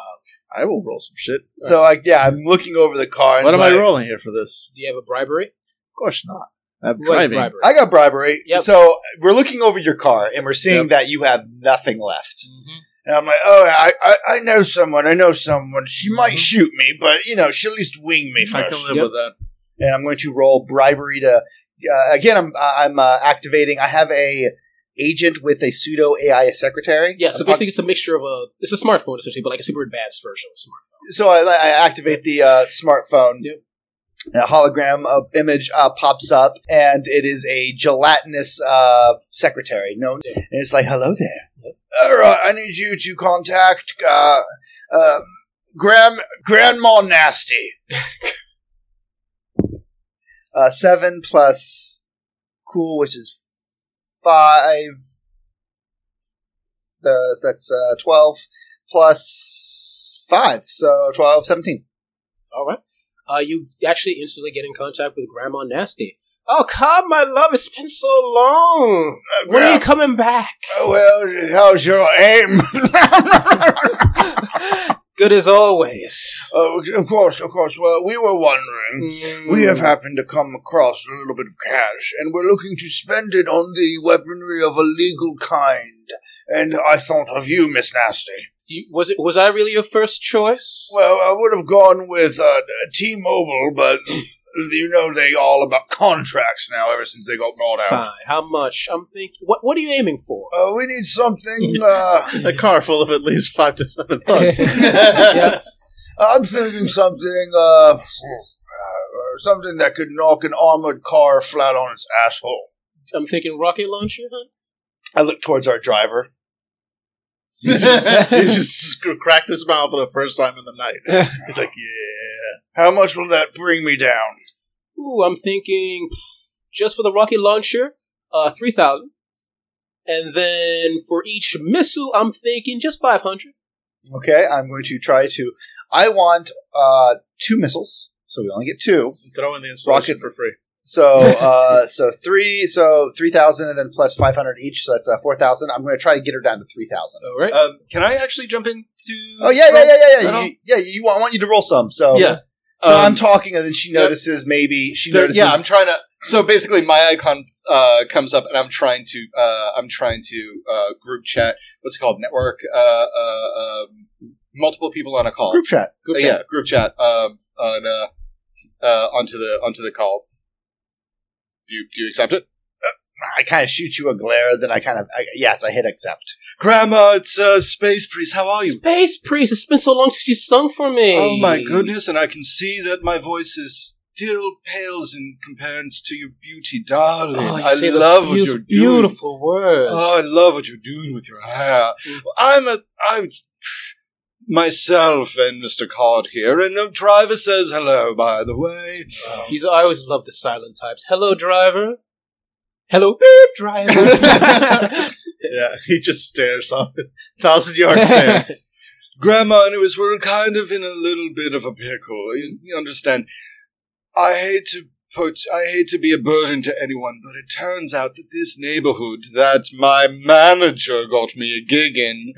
I will roll some shit.
so I, yeah, I'm looking over the car. And
what
it's
am I
like,
rolling here for this?
Do you have a bribery?
Of course not. Uh,
What,
driving.
bribery?
I got bribery.
Yep.
So we're looking over your car and we're seeing
Yep.
that you have nothing left.
Mm-hmm.
And I'm like, oh, I, I, I know someone. I know someone. She might shoot me, but you know, she'll at least wing me
I
first.
can live
Yep.
with that.
And I'm going to roll bribery to. Uh, again, I'm I'm uh, activating. I have a agent with a pseudo AI secretary.
Yeah, so
I'm-
basically it's a mixture of a it's a smartphone essentially, but like a super advanced version of a smartphone.
so I, I activate the uh, smartphone.
Yep.
A hologram of image uh, pops up, and it is a gelatinous uh, secretary. No, and it's like, "Hello there."
All right, I need you to contact uh,
um,
uh, Grand Grandma Nasty.
Uh, seven plus cool, which is five. Uh, so that's uh, twelve plus five, so 12, 17.
All right. Uh, you actually instantly get in contact with Grandma Nasty. Oh, God, my love, it's been so long.
Uh,
When are you
Grand-
coming back?
well, how's your aim?
Good as always.
oh, of course, of course. Well, we were wondering.
Mm.
Hmm.
We have happened to come across a little bit of cash, and we're looking to spend it on the weaponry of a legal kind. And I thought of you, Miss Nasty.
You- was it was I really your first choice?
Well, I would have gone with uh, T-Mobile, but you know they all about contracts now. Ever since they got bought out,
Fine. How much? I'm thinking. What What are you aiming for?
uh, we need something. Uh,
A car full of at least five to seven thugs.
yes.
I'm thinking something. Uh, uh, something that could knock an armored car flat on its asshole.
I'm thinking rocket launcher. Huh?
I look towards our driver.
He's just, he's just sc- cracked his mouth for the first time in the night. He's like, yeah.
How much will that bring me down?
Ooh, I'm thinking just for the rocket launcher, uh, three thousand, and then for each missile, I'm thinking just five hundred.
Okay, I'm going to try to. I want uh, two missiles, so we only get two.
Throw in the installation
Rocket-
for free.
So uh, so three so three thousand and then plus five hundred each, so that's uh, four thousand. I'm going to try to get her down to three thousand.
All right.
Um, can I actually jump into?
Oh yeah yeah yeah
I
yeah yeah
don't-
you, yeah. You want, I want you to roll some. So
Yeah.
So I'm
Um,
talking, and then she
yep.
notices. Maybe she
There-
notices.
yeah, I'm trying to. So basically, my icon uh, comes up, and I'm trying to. Uh, I'm trying to uh, group chat. What's it called? Network. Uh, uh, um multiple people on a call.
group chat.
Group
Uh,
chat.
yeah, group chat. Um, on uh, uh, onto the onto the call. Do you, do you accept it?
I kind of shoot you a glare, then I kind of I, yes, I hit accept.
Grandma, it's uh, space priest. How are
Oh, Space priest, it's been so long since you sung for me.
Oh my goodness! And I can see that my voice is still pales in comparison to your beauty, darling.
Oh, you
I
say the
love what
beaut-
you're doing.
beautiful words. Mm.
Oh, I love what you're doing with your hair. I'm a, I'm myself and Mr. Cod here, and the driver says hello, by the way.
He's, I always love the silent types. Hello, driver. Hello, beep, driver.
Yeah, he just stares off. Thousand yard stare.
Grandma, anyways, we're kind of in a little bit of a pickle. You, you understand? I hate to put, I hate to be a burden to anyone, but it turns out that this neighborhood that my manager got me a gig in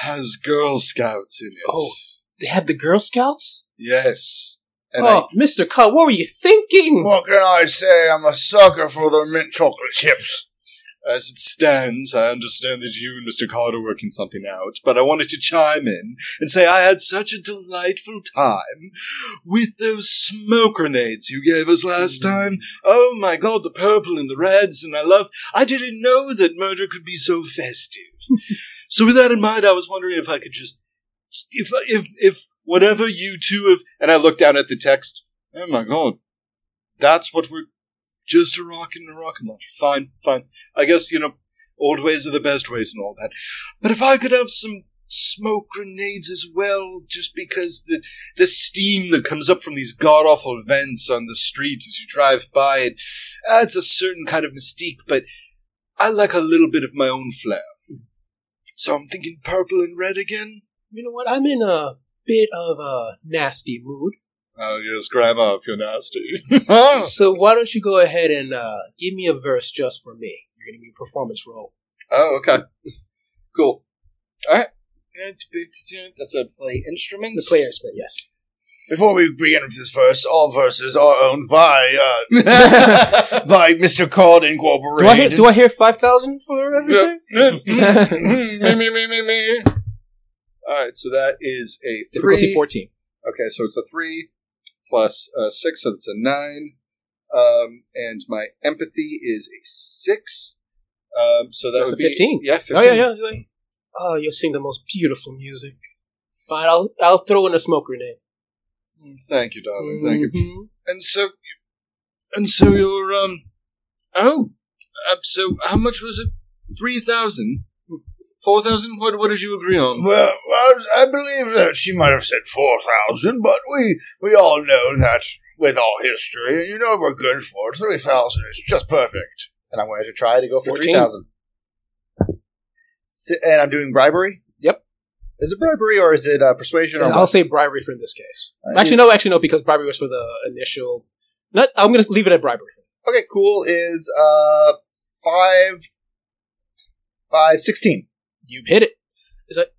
has Girl Scouts in it.
Oh. they had the Girl Scouts?
Yes. And I
oh, Mr. Cut, what were you thinking?
What can I say? I'm a sucker for the mint chocolate chips.
As it stands, I understand that you and Mr. Card are working something out, but I wanted to chime in and say I had such a delightful time with those smoke grenades you gave us last time. Oh my god, the purple and the reds, and I love. I didn't know that murder could be so festive. so, with that in mind, I was wondering if I could just. If, if, if whatever you two have. And I looked down at the text. Oh my god. That's what we're. Just a rock and a rock and launch. Fine, fine. I guess, you know, old ways are the best ways and all that. But if I could have some smoke grenades as well, just because the the steam that comes up from these god awful vents on the street as you drive by it adds a certain kind of mystique, but I like a little bit of my own flair. So I'm thinking purple and red again?
You know what? I'm in a bit of a nasty mood.
Oh yes, grandma if you're nasty.
So why don't you go ahead and uh, give me a verse just for me? You're going to be a performance role.
Oh, okay. Cool. Alright. That's a play instruments.
The player's been, yes.
Before we begin with this verse, all verses are owned by uh, by Mr. Card
Do I, hear,
Incorporated.
do I hear 5,000 for everything?
uh,
Mm-hmm.
me, me, me, me, me.
All right, so that is a
Difficulty
three.
14.
Okay, so it's a three plus uh, six, so it's a nine. Um, and my empathy is a six. Um, so that
That's
would
a
be
15.
Yeah, fifteen.
Oh, yeah, yeah. you're like, oh, you sing the most beautiful music. Fine, I'll, I'll throw in a smoke grenade.
Thank you, darling. Oh, Thank you.
Mhm.
And so, and so you're um. Oh, uh, so how much was it? Three thousand. Four thousand? What? What did you agree on?
Well, I, was- I believe that she might have said 4,000, but we, we all know that with all history, you know we're good for it. 3,000 is just perfect.
and I'm going to try to go for
13.
three thousand. And I'm doing bribery.
Yep.
Is it bribery or is it uh, persuasion? Or
And I'll
what?
say bribery for in this case.
Uh,
Actually, no, actually, no, because bribery was for the initial. Not, I'm going to leave it at bribery.
okay, cool. Is uh five, five, sixteen.
You hit it. It's like,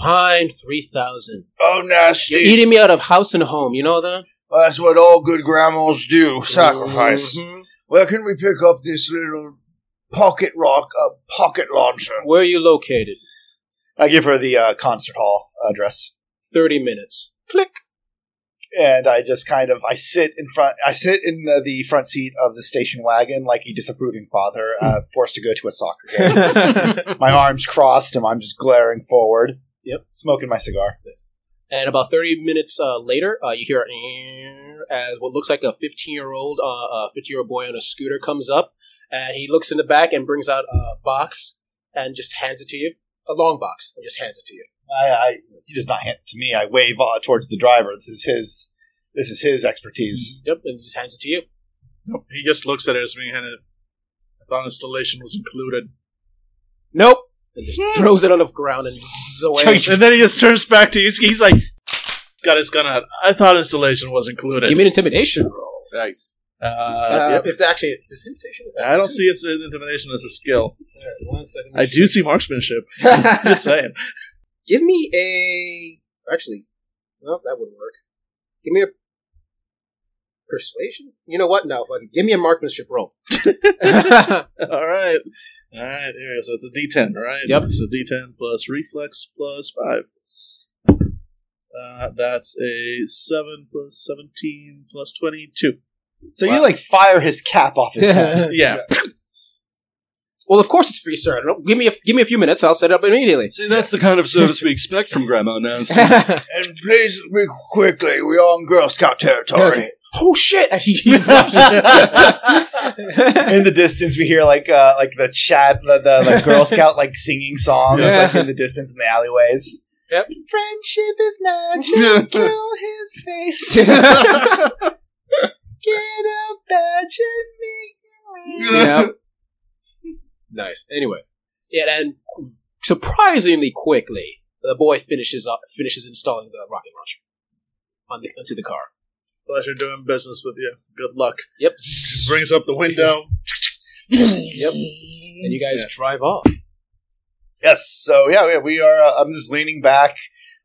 fine, 3,000.
Oh, nasty.
You're eating me out of house and home, you know that?
Well, that's what all good grandmas do sacrifice.
Mhm.
Where can we pick up this little pocket rock, uh, pocket launcher?
Where are you located?
I give her the uh, concert hall address,
30 minutes. Click.
and I just kind of I sit in front. I sit in the, the front seat of the station wagon like a disapproving father, uh, forced to go to a soccer game.
and
my arms crossed, and I'm just glaring forward.
Yep.
smoking my cigar.
about 30 minutes uh, later, uh, you hear a- as what looks like a 15 year old, uh, uh, 50 year old boy on a scooter comes up, and he looks in the back and brings out a box and just hands it to you. A long box and just hands it to you.
I, I he does not hand it to me. I wave uh, towards the driver. This is his. This is his expertise.
Yep, and he just hands it to you.
He just looks at it as being handed. I thought installation was included.
Nope. And just throws it on the ground and zzz away.
And then he just turns back to he's, he's like, got his gun out. I thought installation was included.
Give me an intimidation roll.
Nice.
uh,
Uh,
yep.
If they actually, is intimidation?
I don't see it's intimidation as a skill.
All right, one second.
I do see marksmanship. just saying.
Give me a. Actually, no, that wouldn't work. Give me a persuasion. You know what? No, fuck it. give me a marksmanship roll. yep.
All right. All right. Here, so it's a D10, right?
Yep.
It's a D10 plus reflex plus 5. Uh, that's a 7 plus 17 plus 22.
So
Wow.
you like fire his cap off his head.
Yeah.
Well, of course it's free, sir. No, Give me a, give me a few minutes. I'll set it up immediately.
See, that's the kind of service we expect from Grandma now.
And please, we quickly, we're on Girl Scout territory.
Okay. Oh shit! Actually, he rushes.
In the distance, we hear like uh, like the chat, the, the like Girl Scout like singing songs
Yeah.
like in the distance in the alleyways.
Yep.
Friendship is magic. Kill his face. Get a badge and make.
yeah. Nice. Anyway, yeah, and surprisingly quickly, the boy finishes up, finishes installing the rocket launcher on the onto the car.
Pleasure doing business with you. Good luck.
Yep.
Brings up the window.
Yep. And you guys
Yeah.
drive off.
Yes. So yeah, we- we are. Uh, I'm just leaning back,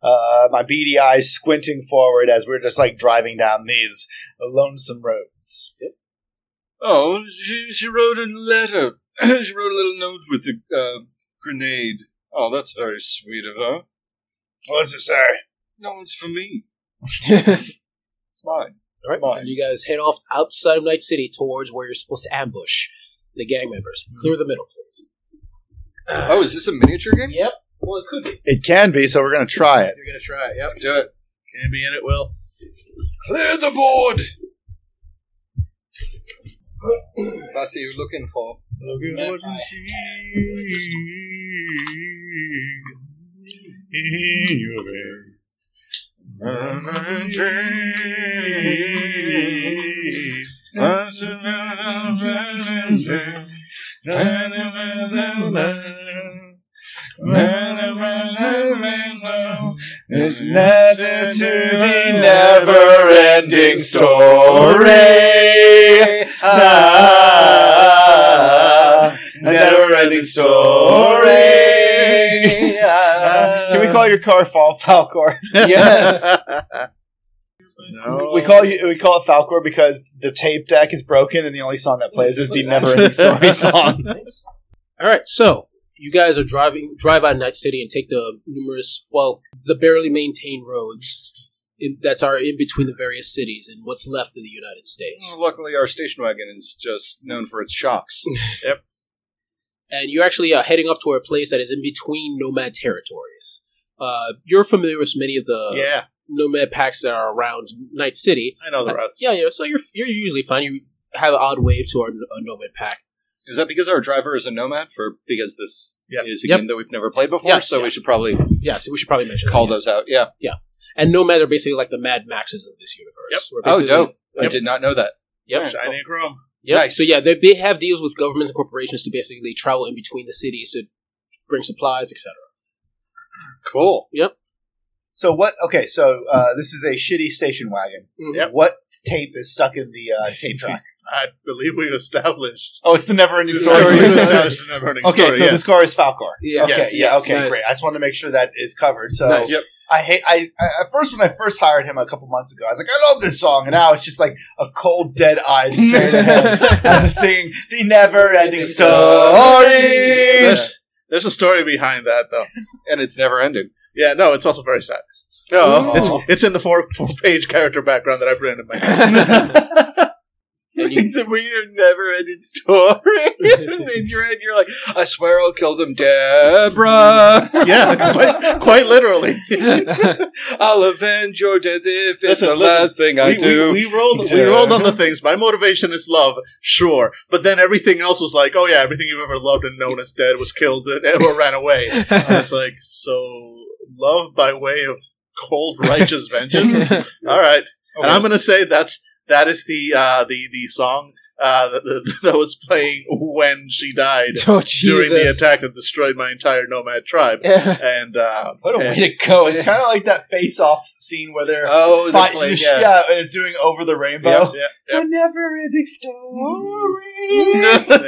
uh, my beady eyes squinting forward as we're just like driving down these lonesome roads.
Oh, she, she wrote a letter. she wrote a little note with a uh, grenade. Oh, that's very sweet of her.
What does it say?
No, it's for me.
All
It's mine.
right.
Bye.
And you guys head off outside of Night City towards where you're supposed to ambush the gang members. Clear the middle, please.
Oh, is this a miniature game?
Yep. Well, it could be.
It can be. So we're gonna try it.
You're gonna try. it, Yep.
Let's do it.
Can be in it, Will.
Clear the board! That's what you're looking for.
It's letter to the never ending story.
Uh,
Ah, never ending story.
Can we call your car Fal- Falcor?
Yes!
No.
We call you, we call it Falcor because the tape deck is broken, and the only song that plays is the Never Ending Story song.
All right, so you guys are driving drive out of Night City and take the numerous, well, the barely maintained roads in, that are in between the various cities and what's left of the United States.
Luckily, our station wagon is just known for its shocks.
And you're actually uh, heading off to a place that is in between nomad territories. Uh, you're familiar with many of the
yeah,
nomad packs that are around Night City.
I know the routes.
Yeah, yeah. So you're you're usually fine. You have an odd wave to our, a nomad pack.
Is that because our driver is a nomad? For because this
Yep.
is a
Yep.
game that we've never played before,
Yes,
so we
yes.
should probably
Yeah, so we should probably mention
call
that.
those out. Yeah.
And nomad are basically like the Mad Maxes of this universe.
Yep.
We're
Oh,
basically-
dope! I
Yep.
did not know that.
Yep.
Shiny and Chrome.
Yep.
Nice.
So yeah, they, they have deals with governments and corporations to basically travel in between the cities to bring supplies, etc.
Cool.
So what? Okay, so uh, this is a shitty station wagon.
Yep.
What tape is stuck in the uh, tape track?
I believe we've established.
oh, it's the Never Ending
We've
Story.
established
okay,
the burning
so
story, yes.
the score is Falcor.
Yeah.
Okay,
Yes,
yeah,
yes.
okay,
Nice.
great. I just wanted to make sure that is covered. So
Nice.
Yep.
I hate. I, I at first when I first hired him a couple months ago, I was like, I love this song, and now it's just like a cold, dead eye straight ahead as it's singing the never-ending story.
There's, there's a story behind that, though.
And it's never ending.
Yeah, no, it's also very sad.
Oh.
It's it's in the four four page character background that I've written in my head.
And you,
a weird, never-ending story. and in your head, you're like, "I swear I'll kill them, Deborah.
yeah, quite, quite literally.
I'll avenge your death if it's
Listen,
the
listen.
last thing I
we,
do."
We, we rolled we
Yeah.
rolled on the things. My motivation is love, sure, but then everything else was like, oh yeah, everything you've ever loved and known as dead was killed and- or ran away. I
uh,
was like, so love by way of cold righteous vengeance. All right, and I'm gonna say that's that is the uh, the the song uh, that, that- that was playing when she died
oh
during the
Jesus!
attack that destroyed my entire nomad tribe. And uh,
What a
and-
way to go! It's kind of like that face-off scene where they're
oh, the
fighting
play,
the sh-
yeah.
yeah, and it's doing over the rainbow.
Yep.
yeah,
The never-ending story.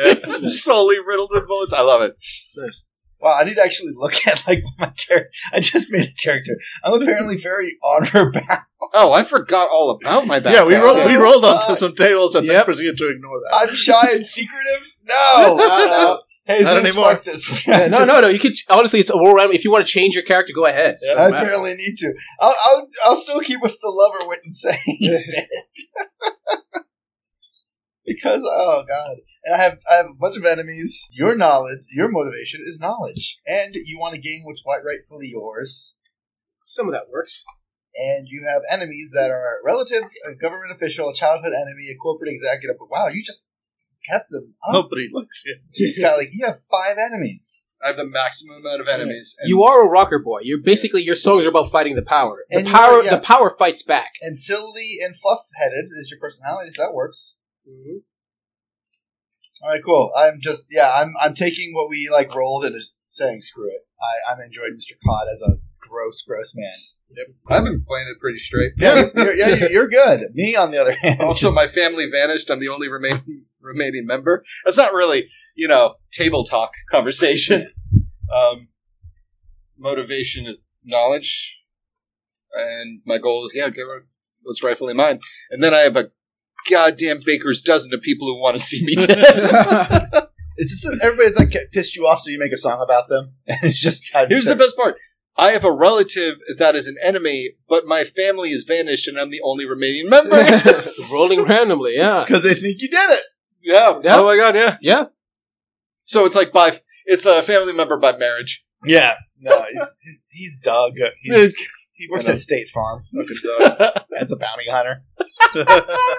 this is solely riddled with bullets. I love it.
Nice.
Wow, I need to actually look at like my character. I just made a character. I'm apparently very honor bound.
Oh, I forgot all about my backpack.
yeah, we rolled we rolled
Uh,
onto some tables and then
yep.
proceeded to ignore that.
I'm shy and secretive. No, no. hey,
Not
Zeus,
anymore.
fuck this.
Yeah, no, no, no. You could honestly, it's a world round. If you want to change your character, go ahead. It's
I
not bad.
apparently need to. I'll, I'll, I'll still keep with the lover wit and saying it because oh god, and I have I have a bunch of enemies. Your knowledge, your motivation is knowledge, and you want to gain what's quite rightfully yours.
Some of that works.
and you have enemies that are relatives, a government official, a childhood enemy, a corporate executive. But wow, you just kept them up.
Nobody likes you.
He's got like you have five enemies,
I have the maximum amount of enemies. and-
You are a rocker boy. You're basically your songs are about fighting the power. The
And you
power,
are- yeah.
the power fights back.
and silly and fluff headed is your personality, so that works.
Mm-hmm.
All right, cool. I'm just yeah, I'm I'm taking what we like rolled and just saying screw it. I I'm enjoying Mr. Cod as a gross, gross man.
I've been playing it pretty straight.
Yeah, you're, yeah, you're, you're good. Me on the other hand,
Also, my family vanished. I'm the only remain, remaining member. That's not really, you know, table talk conversation. Um, motivation is knowledge, and my goal is yeah, get rid- what's rightfully mine. And then I have a goddamn baker's dozen of people who want to see me dead.
it's just that everybody's like pissed you off, so you make a song about them. it's just how
Here's the best part. I have a relative that is an enemy, but my family is vanished, and I'm the only remaining member.
Rolling randomly, yeah,
because they think you did it.
yeah.
Yeah.
Oh my god. Yeah.
yeah.
So it's like by it's a family member by marriage.
Yeah. No, he's he's, he's Doug. He's, he works at State Farm as a bounty hunter.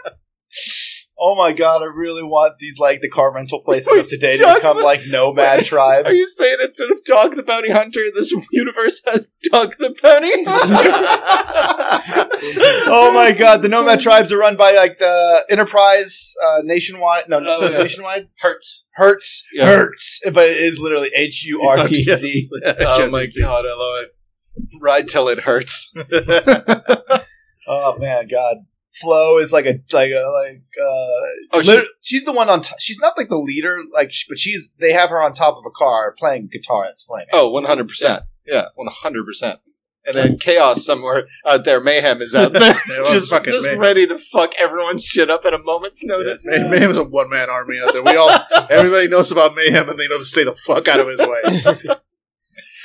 oh my god, I really want these like the car rental places of today to
Doug,
become like nomad
Are
tribes.
you saying instead of Dog the Bounty Hunter, this universe has Doug the Bounty Hunter?
Oh my god, the nomad tribes are run by like the Enterprise uh, nationwide. No, no,
Oh, yeah.
nationwide
Hurts.
Hertz,
Yeah.
Hertz, but it is literally H U R T Z.
Oh my god, I love it. Ride till it hurts.
Oh man, god. Flo is like a like a like uh
Oh,
Lit-
she's,
she's, the one on. T- she's not like the leader, like, sh- but she's. They have her on top of a car playing guitar. That's playing.
oh 100%. Yeah, 100%. and then chaos somewhere out there, mayhem is out there, just,
fucking
just
Mayhem.
ready to fuck everyone's shit up at a moment's notice.
May- Mayhem's a one man army out there. We all, everybody knows about Mayhem, and they know to stay the fuck out of his way.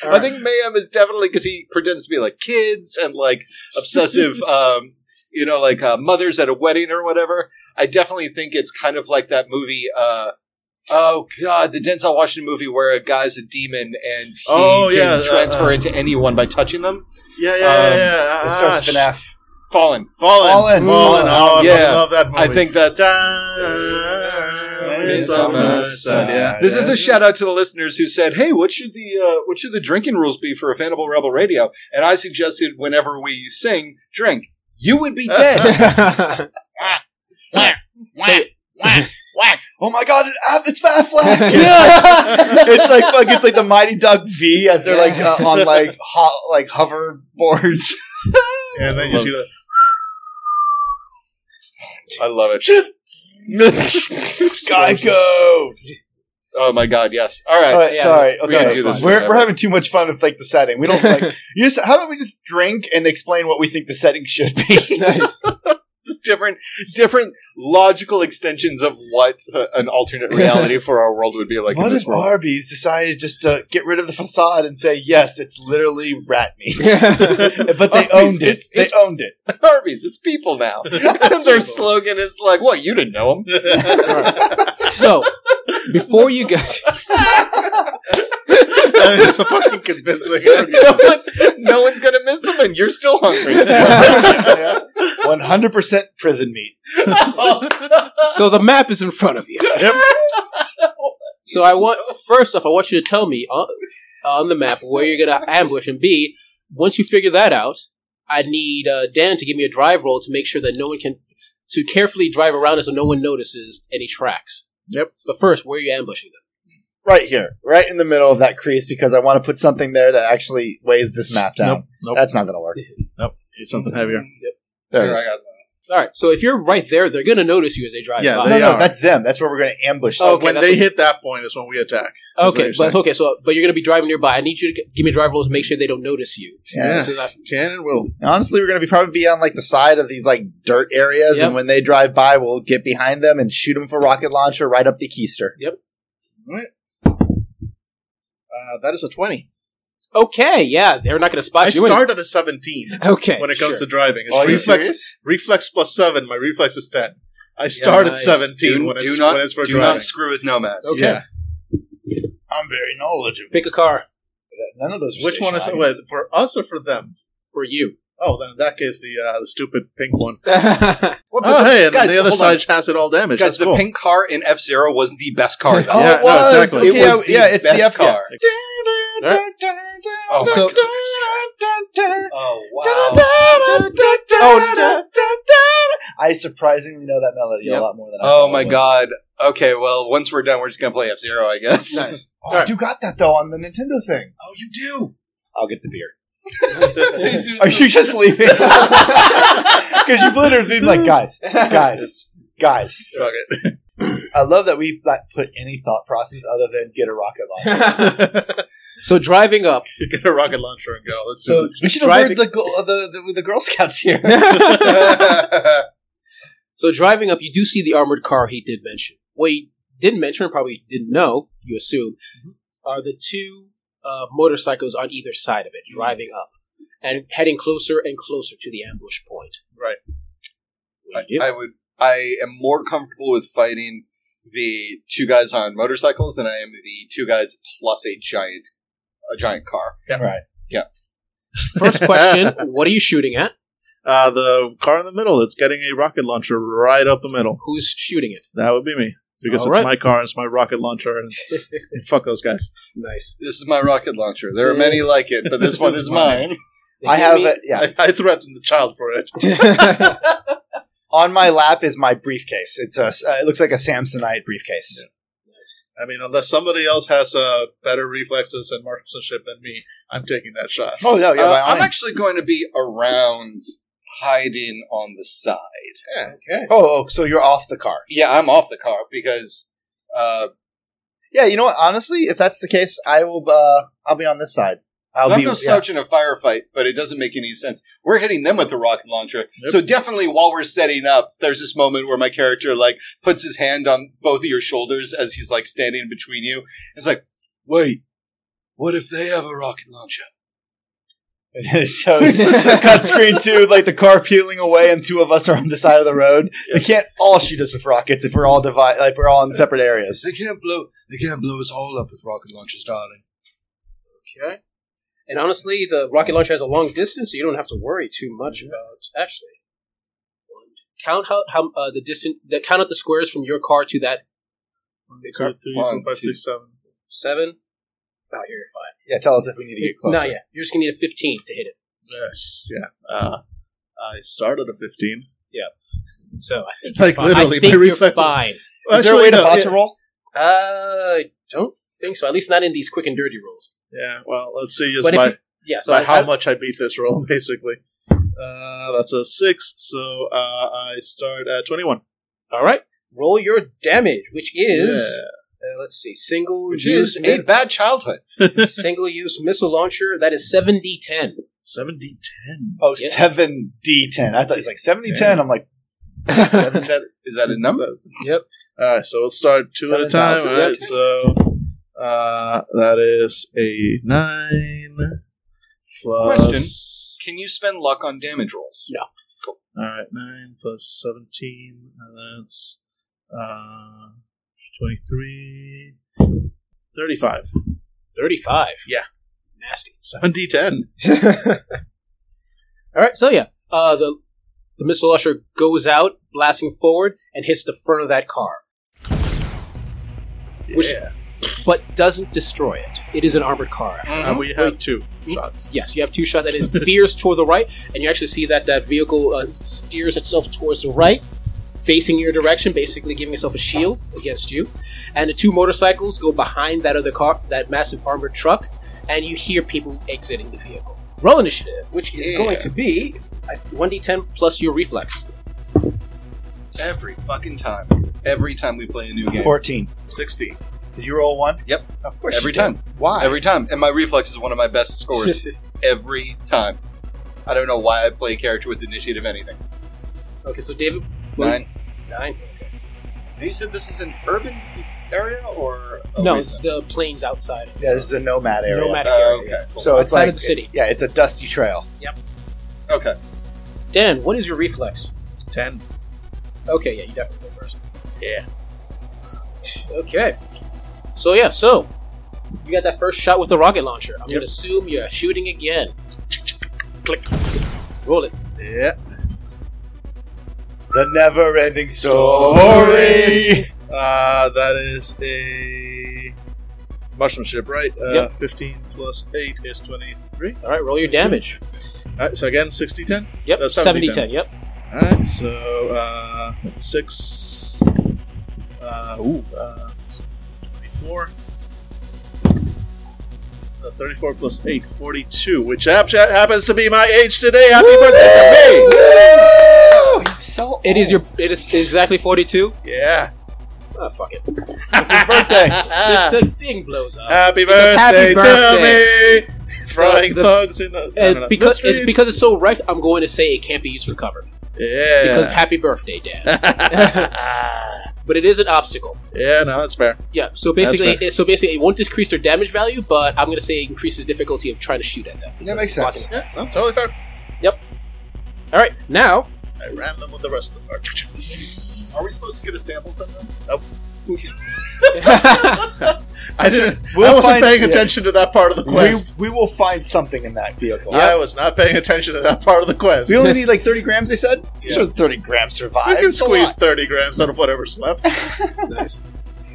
I think mayhem is definitely because he pretends to be like kids and like obsessive, um, you know, like uh, mothers at a wedding or whatever. I definitely think it's kind of like that movie. Uh, oh God, the Denzel Washington movie where a guy's a demon and he
Oh,
can
yeah, uh,
transfer
uh.
into anyone by touching them.
Yeah, yeah,
Um,
yeah. yeah.
It
Ah,
starts with
sh-
an F.
Fallen.
Fallen.
Fallen.
Fallen.
Ooh.
Oh, yeah.
Yeah.
I love that movie.
I think that's.
Time is on our side. Yeah.
This is a shout out to the listeners who said, "Hey, what should the uh, what should the drinking rules be for Fanable Rebel Radio?" And I suggested, whenever we sing, drink. You would be dead.
Whack, whack, whack.
Oh my god, it, ah, it's Fat Flack!
Yeah.
it's like fuck, it's like the Mighty Duck V as they're like uh, on like ho- like hoverboards.
And then you see the
I love it.
Geico.
Oh my god, yes. All right.
All right,
yeah,
uh, sorry.
we
Okay,
gotta do this
we're,
forever.
we're having too much fun with like the setting. We don't like. You just, how about we just drink and explain what we think the setting should be?
nice.
Just different different logical extensions of what uh, an alternate reality for our world would be like in
what
this
if
world.
Arby's decided just to get rid of the facade and say yes, it's literally rat meat? but they
Arby's,
owned it.
it's- it's-
they owned it.
Arby's, it's people now. And Their slogan is like, "What? You didn't know them?"
So, before you guys,
I mean, it's a fucking convincing.
no, one, no one's gonna miss them, and you're still hungry.
One hundred percent prison meat.
Oh,
so the map is in front of you.
Yep.
So I want first off, I want you to tell me on, on the map where you're gonna ambush, and B, once you figure that out, I need uh, Dan to give me a drive roll to make sure that no one can to carefully drive around it so no one notices any tracks.
Yep.
But first, where are you ambushing them?
Right here, right in the middle of that crease, because I want to put something there that actually weighs this map down.
Nope, nope.
That's not going to work.
It's something heavier.
There it
Here
is.
I got
All right. So if you're right there, they're gonna notice you as they drive
Yeah,
by.
no,
They
no,
are.
that's them. That's where we're going to ambush.
Oh,
them.
Okay,
when
that's
they
what-
hit that point is when we attack. what
okay,
you're
but
saying.
okay. So, but you're gonna be driving nearby. I need you to g- give me a drive roll to make sure they don't notice you.
Oh,
Yeah.
So that-
Can and will.
Honestly, we're going to be probably be on like the side of these like dirt areas,
Yep.
and when they drive by, we'll get behind them and shoot them for rocket launcher right up the keister.
Uh, that is a 20.
okay. Yeah, they're not gonna
Ah,
spot
I
you.
start at a 17
Okay.
when it comes
sure.
to driving. It's
Are you
reflex,
serious?
reflex plus 7. My reflex is 10. I start
nice.
at 17
Do-
when,
do
it's,
not-
when it's for
do
driving.
not screw with nomads.
Okay.
Yeah.
I'm very knowledgeable.
pick a car
None of those. Are
Which one is
stationed.
wait, for us or for them?
for you.
Oh, then in that case, the uh, the stupid pink one.
Well, but
Oh,
the-
hey, and
guys,
the other
hold on.
side has it all damaged.
Guys,
That's
the
cool.
pink car in F Zero was the best car. Though.
Oh,
Yeah,
it
no,
was.
exactly.
Okay,
it was
I-
the
yeah, it's
best
the F
car. Oh,
So-
oh wow!
Oh, I surprisingly know that melody
Yep.
a lot more than I
Oh
thought I
my
would.
god. Okay, well, once we're done, we're just gonna play F Zero, I guess.
Nice.
Oh, I do got that though on the Nintendo thing.
Oh, you do.
I'll get the beer. Are
Are
you just leaving? Because you've literally been like, guys, guys, guys.
Fuck it.
I love that we've not put any thought process other than get a rocket launcher.
so driving up.
Get a rocket launcher and go. Let's
So-
do this.
We should have
Driving-
heard the, go- the, the the Girl Scouts here.
so driving up, you do see the armored car he did mention. What he didn't mention, or probably didn't know, you assume,
Mm-hmm.
are the two uh, motorcycles on either side of it
Mm-hmm.
driving up and heading closer and closer to the ambush point.
Right.
What do you do?
I would. I am more comfortable with fighting the two guys on motorcycles than I am the two guys plus a giant, a giant car.
Right.
First question: What are you shooting at?
Uh, the car in the middle that's getting a rocket launcher right up the middle.
Who's shooting it?
That would be me. Because
All
it's
right.
my car, it's my rocket launcher, and, and fuck those guys.
Nice.
This is my rocket launcher. There are many like it, but this one is mine.
I have a, yeah.
I, I threatened the child for it.
On my lap is my briefcase. It's a. Uh, it looks like a Samsonite briefcase.
I mean, unless somebody else has uh, better reflexes and marksmanship than me, I'm taking that shot.
Oh no, yeah.
Uh,
by all
I'm
means.
actually going to be around, hiding on the side.
oh, oh, so you're off the car.
Yeah, I'm off the car because uh,
Yeah, you know what? Honestly, if that's the case, I will. Uh, I'll be on this side. I'll
so I'm
be
no
yeah.
slouch in a firefight, but it doesn't make any sense. We're hitting them with a rocket launcher. So definitely while we're setting up, there's this moment where my character like puts his hand on both of your shoulders as he's like standing between you. It's like, wait, what if they have a rocket launcher?
And then it shows the cut screen too, like the car peeling away, and two of us are on the side of the road. They can't all shoot us with rockets if we're all divide, like we're all in separate areas.
They can't blow they can't blow us all up with rocket launchers, darling.
Okay. And honestly, the rocket launcher has a long distance, so you don't have to worry too much about actually. Count how, how uh, the distance. The, count out the squares from your car to that
Two, three,
One,
four, five,
two.
six, seven.
seven. Oh, you're fine.
Yeah, tell us if we need to get closer.
No, yeah, you're just gonna need a 15 to hit it.
Yes, yeah. Uh, I started at a 15.
So I think
Like,
you're fine. I think you're fine.
Is there a way to botch
yeah.
a roll?
Uh, I don't think so. At least not in these quick and dirty rules.
Yeah, well, let's see. Is
But if
my,
you- Yeah. So
by
I,
how
I,
much I beat this roll, basically. Uh, that's a 6, so uh, I start at 21.
all right. Roll your damage, which is
Yeah.
uh, let's see, single
Which
use
is a bad childhood.
single use missile launcher. That is seven d ten.
7d10.
Oh,
Yeah.
seven D ten. I thought it's like seven D ten.
Damn.
I'm like,
Is that, is that a number?
Yep.
All right, so we'll start two at a time.
7,000.
All right, so uh, that is a 9 plus.
Can you spend luck on damage rolls?
All right, nine plus seventeen, and that's uh, twenty-three. Thirty-five.
35.
Yeah.
Nasty.
Seven D ten.
All right, so yeah, uh, the, the missile launcher goes out, blasting forward, and hits the front of that car. Which, but doesn't destroy it. It is an armored car.
Mm-hmm.
And we have two
Mm.
shots.
Yes, you have two shots, and it veers toward the right, and you actually see that that vehicle uh, steers itself towards the right, facing your direction, basically giving itself a shield against you. And the two motorcycles go behind that other car, that massive armored truck, and you hear people exiting the vehicle. Roll initiative, which is going to be one d10 plus your reflex.
Every fucking time. Every time we play a new game.
fourteen.
60.
Did you roll one?
Yep.
Of course.
Every
you did.
time.
Why?
Every time. And my reflex is one of my best scores. Every time. I don't know why I play a character with initiative anything.
Okay, so David,
Nine.
nine.
And you said this is an urban area or a
no, Oh, it's
wasteland?
the plains outside.
yeah, this is a nomad area.
Nomadic
Oh,
area.
okay.
So it's
outside
like
of the city.
Yeah, it's a dusty trail.
Okay.
Dan, what is your reflex?
Ten.
Okay, yeah, you definitely go first. Yeah. Okay. So yeah, so you got that first shot with the rocket launcher. I'm gonna assume you're shooting again. Click. Roll it.
Yeah.
The never-ending
Story. Uh, that is a mushroom ship, right? Uh,
Yep.
Fifteen plus eight is twenty-three.
All right, roll your damage.
All right, so again, 60 10.
Yep,
Uh,
70 10.
70,
Yep.
All right, so uh, six. Uh, ooh, uh, twenty-four. Uh, 34 plus 8, 42, which hap- happens to be my age today. Happy birthday
So
It is your. It is exactly 42.
to me! Yeah.
Oh, fuck it.
birthday.
the, the thing blows
Uh,
up.
happy
Because
birthday,
happy
to me! Frying
The- the-
thugs in the.
eh,
no,
And
no, no,
because
the
it's
streets.
because it's so wrecked, I'm going to say it can't be used for cover.
Yeah.
Because happy birthday, Dad. but it is an obstacle.
yeah, no, that's fair.
Yeah. So basically, so basically, it won't decrease their damage value, but I'm gonna say it increases the difficulty of trying to shoot at them.
That makes
Blocking
sense.
them.
Yeah, no, totally fair.
All right, now
I ran them with the rest of the car.
Are we supposed to get a sample from them?
I didn't.
We'll
I wasn't
find-
paying
yeah.
attention to that part of the
We,
quest.
we will find something in that vehicle.
I was not paying attention to that part of the quest.
We only need like 30 grams, they said?
Yeah.
Sure, 30 grams
We
survive.
can
It's a
squeeze
lot.
thirty grams out of whatever's left. nice.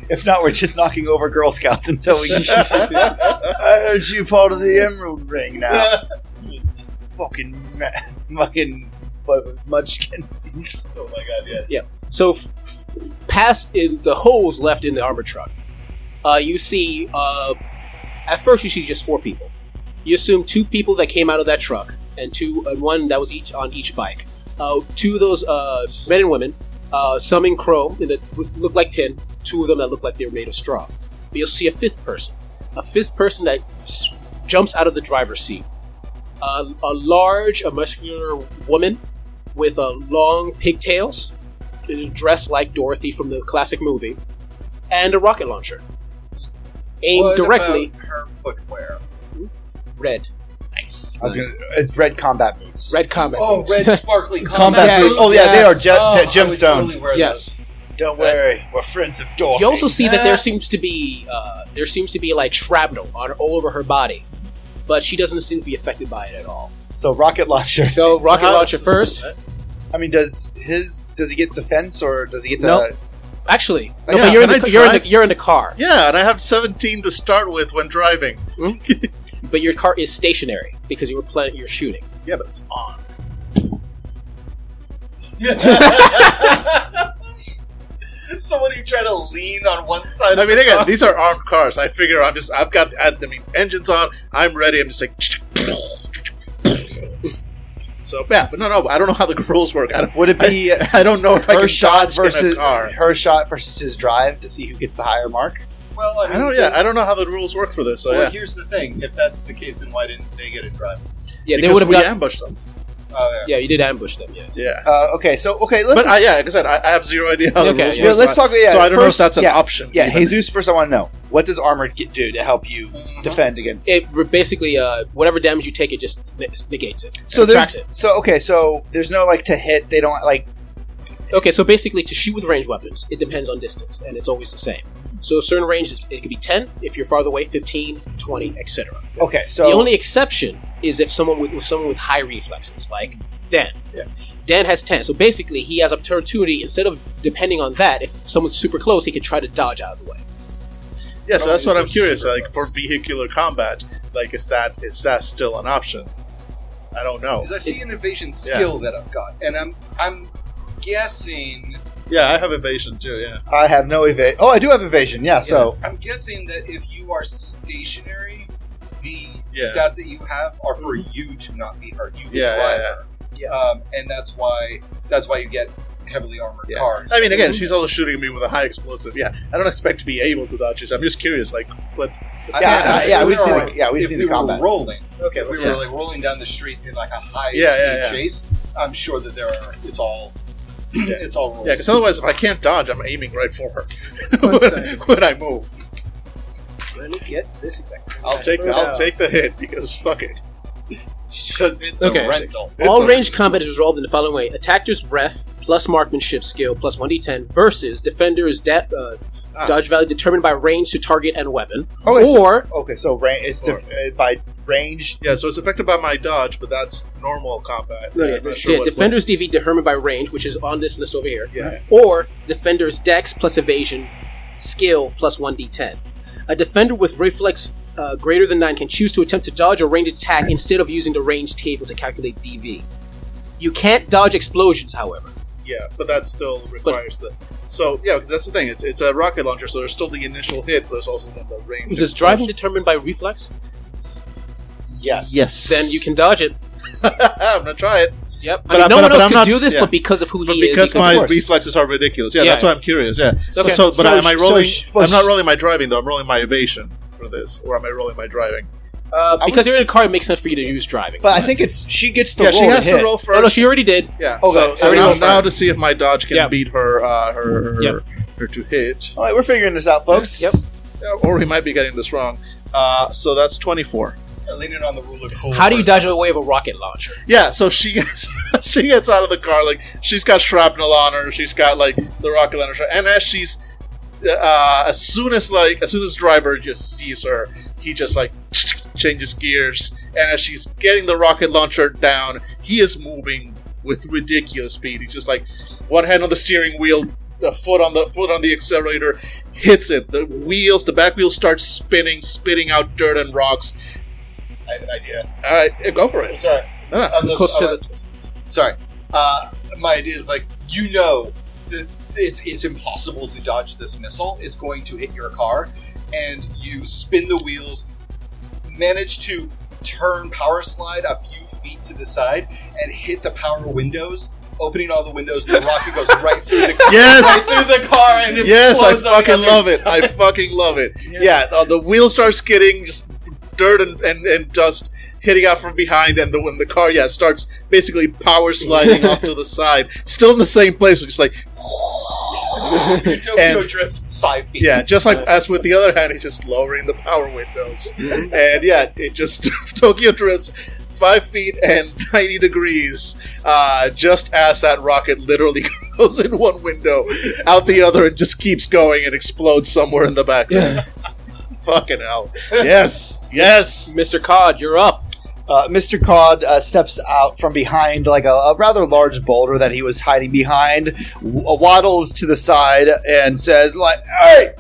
If not, we're just knocking over Girl Scouts until we.
yeah,
I heard you part of the Emerald Ring fucking. ma- Fucking. what- Munchkins. Oh my god, yes.
so f- f- past in the holes left in the armor truck, uh, you see. Uh, at first, you see just four people. You assume two people that came out of that truck, and two and one that was each on each bike. Uh, two of those uh, men and women, uh, some in chrome and that w- look like tin. Two of them that look like they were made of straw. But you'll see a fifth person, a fifth person that s- jumps out of the driver's seat. A, a large, a muscular woman with uh, long pigtails, dressed like Dorothy from the classic movie, and a rocket launcher aimed
What
directly
about her footwear.
red. Nice.
I was gonna, it's red combat boots.
Red combat.
Oh,
boots.
red sparkly combat,
Combat
boots.
boots.
Oh, yeah, they are ge-
Oh,
ge-
I would totally
gemstones.
wear those.
yes.
Don't worry, we're friends of Dorothy.
You also see that
Yeah.
there seems to be uh, there seems to be like shrapnel on all over her body, but she doesn't seem to be affected by it at all.
so rocket launcher.
So rocket
how
launcher
does this
first.
I mean, does his does he get defense or does he get the?
Nope. Actually, no,
Yeah,
but you're in,
can
the,
I
you're in
drive?
the you're in the car,
Yeah, and I have 17 to start with when driving.
but your car is stationary because you were planning you're shooting.
Yeah, but it's on.
so when you try to lean on one side,
I mean, again, these are armed cars. I figure I'm just, I've got, I mean, engines on. I'm ready. I'm just like. So yeah, but no, no, I don't know how the rules work. I don't,
Would it be
I don't know if I
her
can
shot
dodge in
versus
a car.
her shot versus his drive to see who gets the higher mark?
well, I, mean,
I don't, yeah, I don't know how the rules work for this. So
well,
yeah,
here's the thing: if that's the case, then why didn't they get a drive?
Yeah, they
Because
would have
we
got.
ambushed them.
Oh,
yeah, you did ambush them. Yes.
Yeah,
Uh, okay, so okay, let's
but I, yeah, like I said, I, I have zero idea how the
Okay,
rules
yeah.
work.
well, let's
so I-
talk. Yeah,
so I don't know if
first-
that's an
yeah,
option.
Yeah,
even.
Jesus. First, I want to know what does armor get, do to help you
Mm-hmm.
defend against?
It re- basically uh, whatever damage you take, it just ne- negates it.
so
subtracts
there's
it.
so okay, so there's no like to hit. They don't like
Okay, so basically, to shoot with ranged weapons, it depends on distance, and it's always the same. So a certain range, it could be 10. If you're farther away, 15, 20, etc.
okay. So
the only exception is if someone with, with someone with high reflexes, like Dan.
Yeah.
Dan has ten, so basically he has opportunity. Instead of depending on that, if someone's super close, he can try to dodge out of the way.
Yeah, so that's what I'm
Probably
curious.
super
Like for vehicular combat, like is that is that still an option? I don't know.
because I see an evasion skill that I've got, and I'm I'm guessing.
Yeah, I have evasion too. Yeah,
I have no evasion. Oh, I do have evasion. Yeah. So
I'm guessing that if you are stationary, the
Yeah.
stats that you have are for you to not be hurt. You can
Yeah,
drive
yeah, yeah.
her. Um, and that's why that's why you get heavily armored
Yeah.
cars.
I mean, again, she's also shooting me with a high explosive. Yeah, I don't expect to be able to dodge this. I'm just curious. Like, what?
I
Yeah,
think that's
yeah,
if
we've
we
seen
were-
the- yeah, we've
if
seen
we
the
were
combat.
rolling.
Okay,
If we were like rolling down the street in like a high
Yeah,
speed
yeah, yeah.
chase, I'm sure that there are. It's all. It's all rolls.
Yeah, because otherwise, if I can't dodge, I'm aiming right for her
One second.
when I move.
let me get this exactly.
I'll take the, I'll take the hit because fuck it.
because it's
Okay.
a rental.
All
It's a-
ranged combat is resolved in the following way: attacker's ref plus marksmanship skill plus one d10 versus defender's de- uh,
Ah.
dodge value determined by range to target and weon
oh, it's-
or
okay, so range it's def- uh, by range.
Yeah, so it's affected by my dodge, but that's normal combat.
no,
I'm
yes,
not
de-
sure what-
defender's DV determined by range, which is on this list over here.
what- yeah,
or defender's dex plus evasion skill plus 1d10 a defender with reflex uh, greater than 9 can choose to attempt to dodge a ranged attack instead of using the range table to calculate dv you can't dodge explosions however
Yeah, but that still requires the. So yeah, because that's the thing. It's it's a rocket launcher, so there's still the initial hit. But there's also then the range.
is driving determined by reflex
Yes.
then you can dodge it
I'm gonna try it,
yep
But
I mean,
I-
no one
but- but
else
I'm
could
not-
do this
yeah.
but because of who
but
he
because
is
my
course.
reflexes are ridiculous. Yeah,
Yeah,
that's why I'm curious. Yeah. So,
Okay.
so- but
So
am I
sh-
rolling?
so sh- well,
I'm not
sh-
rolling my driving though. I'm rolling my evasion for this, or am I rolling my driving?
uh,
I
because
would-
you're in a car it makes sense for you to use driving
But I think it's she gets to
yeah,
roll.
she has
to,
to
hit.
roll
oh
first.
no she already did
yeah.
Okay,
So,
so
so
we
now,
roll
now
first.
to see if my dodge can
Yep.
beat her, uh, her her,
Yep.
her to hit,
All right, we're figuring this out, folks.
Yep.
Yeah, or we might be getting this wrong. Uh, so that's 24.
Leaning on the rule of cool.
how do you dodge away of a rocket launcher
Yeah, so she gets she gets out of the car like she's got shrapnel on her, she's got like the rocket launcher, and as she's uh, as soon as like as soon as driver just sees her, he just like changes gears, and as she's getting the rocket launcher down, he is moving with ridiculous speed. He's just like one hand on the steering wheel, the foot on the foot on the accelerator, hits it. The wheels, the back wheels start spinning, spitting out dirt and rocks.
I have an idea.
All right, yeah, go for it.
Sorry.
No, no.
Unless-
Close to
uh, sorry. Uh, my idea is like you know that it's it's impossible to dodge this missile. It's going to hit your car, and you spin the wheels, manage to turn power slide a few feet to the side, and hit the power windows, opening all the windows. And the rocket goes right through the right
Yes.
through the car, and it
Yes, I
explodes on the
fucking
other
love it.
side.
I fucking love it. Yeah, uh, the wheel starts skidding, just dirt and, and, and dust hitting out from behind, and the when the car yeah starts basically power sliding off to the side, still in the same place, which is like
Utopia
And-
drift five feet.
yeah, just like as with the other hand, he's just lowering the power windows,
Mm-hmm.
and yeah, it just Tokyo drifts five feet and ninety degrees, uh, just as that rocket literally goes in one window, out the other, and just keeps going and explodes somewhere in the background. Fucking hell! Yes, yes.
Mr. Cod, you're up.
Uh, Mr. Cod uh, steps out from behind like a, a rather large boulder that he was hiding behind, w- uh, waddles to the side, and says, "Like, hey,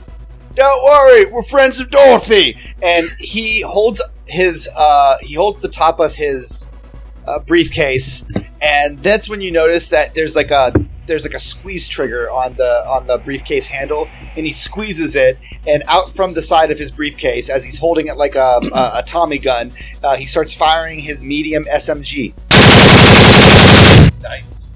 don't worry, we're friends of Dorothy." And he holds his uh, he holds the top of his uh, briefcase, and that's when you notice that there's like a there's like a squeeze trigger on the on the briefcase handle, and he squeezes it, and out from the side of his briefcase as he's holding it like a, a, a Tommy gun, uh, he starts firing his medium SMG.
Nice.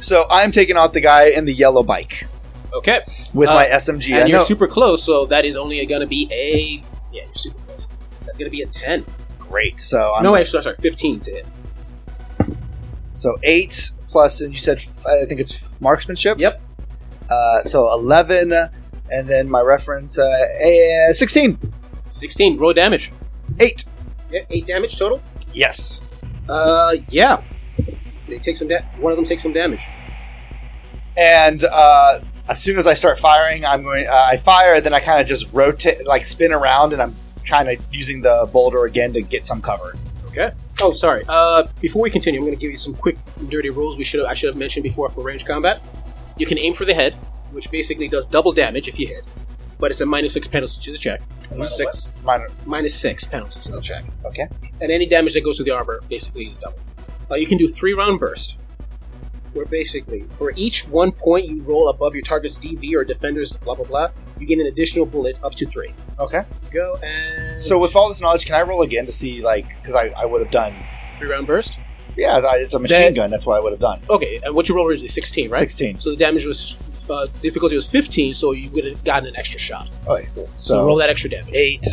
So I'm taking out the guy in the yellow bike
Okay.
with
Uh,
my SMG. I
and you're
know-
super close, so that is only going to be a. Yeah, you're super close. That's going to be a 10.
great. So I'm,
no, wait, sorry, sorry, 15 to hit.
so eight plus, and you said f- I think it's marksmanship.
Yep.
Uh, so eleven, and then my reference uh, eh, sixteen.
16, roll damage.
Eight.
8 damage total?
Yes.
Uh, yeah. They take some da- One of them takes some damage.
And uh, as soon as I start firing, I'm going. Uh, I fire, then I kind of just rotate, like spin around, and I'm kind of using the boulder again to get some cover.
Oh, sorry. Uh, before we continue, I'm going to give you some quick dirty rules we should I should have mentioned before for range combat. You can aim for the head, which basically does double damage if you hit, but it's a minus six penalty to the check.
Six minor.
Minus six penalty to the check.
Okay.
And any damage that goes to the armor basically is double. Uh, you can do three round burst, where basically for each one point you roll above your target's DB or defender's blah blah blah, you get an additional bullet up to three.
Okay.
Go and
So with all this knowledge, can I roll again to see like because I, I would have done
three round burst.
yeah I, it's a machine
That-
gun that's what I would have done
Okay, and what you rolled originally sixteen, right?
sixteen
So the damage was uh, difficulty was 15, so you would have gotten an extra shot.
okay cool
So,
so,
roll that extra damage.
eight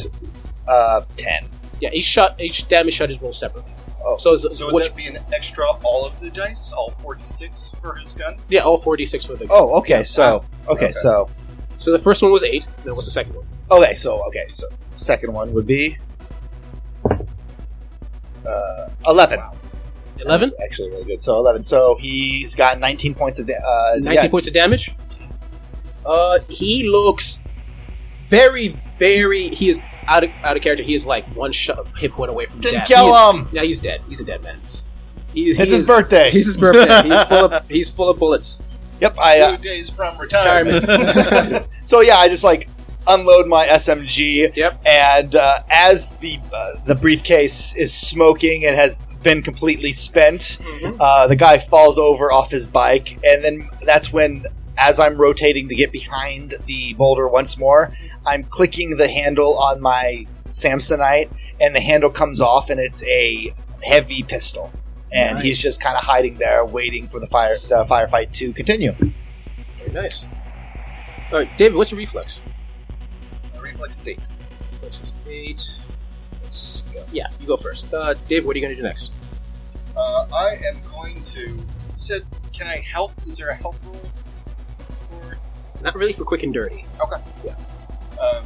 uh ten
Yeah, each shot, each damage shot is rolled separately.
Oh.
So, it's,
So would
what
that be an extra all of the dice, all forty-six for his gun?
you- yeah, all 4d6 for the.
oh okay so okay,
Ah,
Okay.
so
So the first one was eight. Then what's the second one?
okay so okay so second one would be uh eleven
Eleven.
That's actually really good so eleven so he's got nineteen points of da- uh
19 points of damage. Uh, he looks very, very. He is out of out of character. He is like one shot hit point away from
Then
death.
kill
He is-
him!
Yeah, he's dead. He's a dead man. He is,
it's
he
his
is-
birthday
He's his birthday. he's full of he's full of bullets.
yep I uh,
Two days from
Retirement.
retirement.
So yeah, I just like unload my SMG.
Yep.
And uh, as the uh, the briefcase is smoking and has been completely spent, uh, the guy falls over off his bike, and then that's when, as I'm rotating to get behind the boulder once more, I'm clicking the handle on my Samsonite, and the handle comes off, and it's a heavy pistol. And he's
Nice.
just kind of hiding there, waiting for the fire the firefight to continue.
Very nice. All right, David, what's your reflex?
Reflex is eight.
Reflex is eight. Let's go. Yeah, you go first. Uh, David, what are you gonna do next?
Uh, I am going to. You said, can I help? Is there a help rule? Or,
Not really for quick and dirty.
um,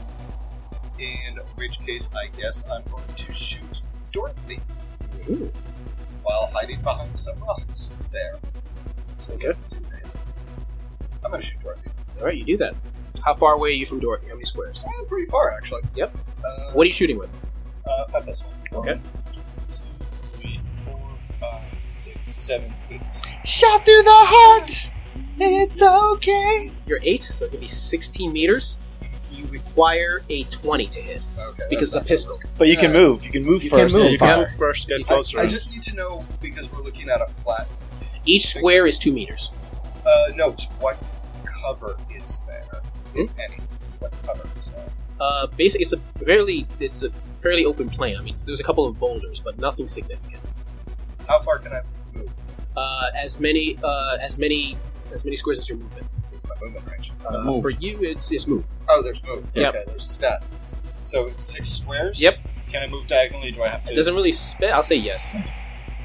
in which case, I guess I'm going to shoot Dorothy
Ooh.
while hiding behind some rocks there. So
Okay.
let's do this. I'm going to shoot Dorothy.
All right, you do that. How far away are you from Dorothy? How many squares?
Eh, pretty far, actually.
Yep.
Uh,
What are you shooting with?
Uh, my best one.
Okay.
One, two, three, four, five, six, seven, eight.
Shot through the heart. It's okay.
You're eight, so it's gonna be 16 meters. You require a 20 to hit
Okay.
because it's a
that's
pistol.
not
But you can
Yeah.
move. You can move
You can
first.
move,
and
you
Go
can
fire.
Fire.
first, get
good.
closer.
I, I just need to know because we're looking at a flat.
Each square is two meters.
Uh, no, t- what cover is there?
Hmm?
If any, what cover is there?
Uh, basically, it's a fairly it's a fairly open plain. I mean, there's a couple of boulders, but nothing significant.
How far can I move?
Uh, as many uh, as many as many squares as your movement.
What's my movement range?
Uh,
Move.
for you, it's it's move.
Oh, there's move.
Yep.
Okay, there's a stat. So it's six squares.
Yep.
Can I move diagonally? Do I have to?
It doesn't really spit. I'll say yes.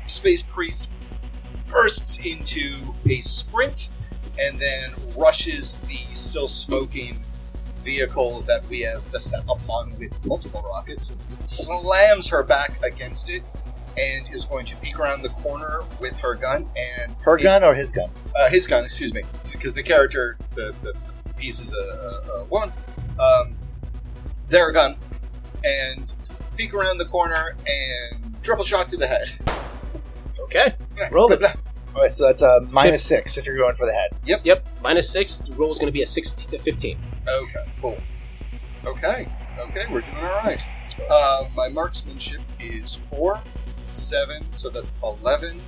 Space Priest bursts into a sprint and then rushes the still smoking vehicle that we have the set upon with multiple rockets, slams her back against it, and is going to peek around the corner with her gun and
Her gun or his gun?
uh, his gun, excuse me, because the character, the, the piece is a, a, a woman, um, their gun, and peek around the corner and triple shot to the head.
Okay. Roll it.
All right, so that's a minus six if you're going for the head.
Yep. Minus six. The roll is going to be a 16, a 15.
Okay, cool. Okay, okay, we're doing all right. Uh, my marksmanship is four, seven, so that's eleven,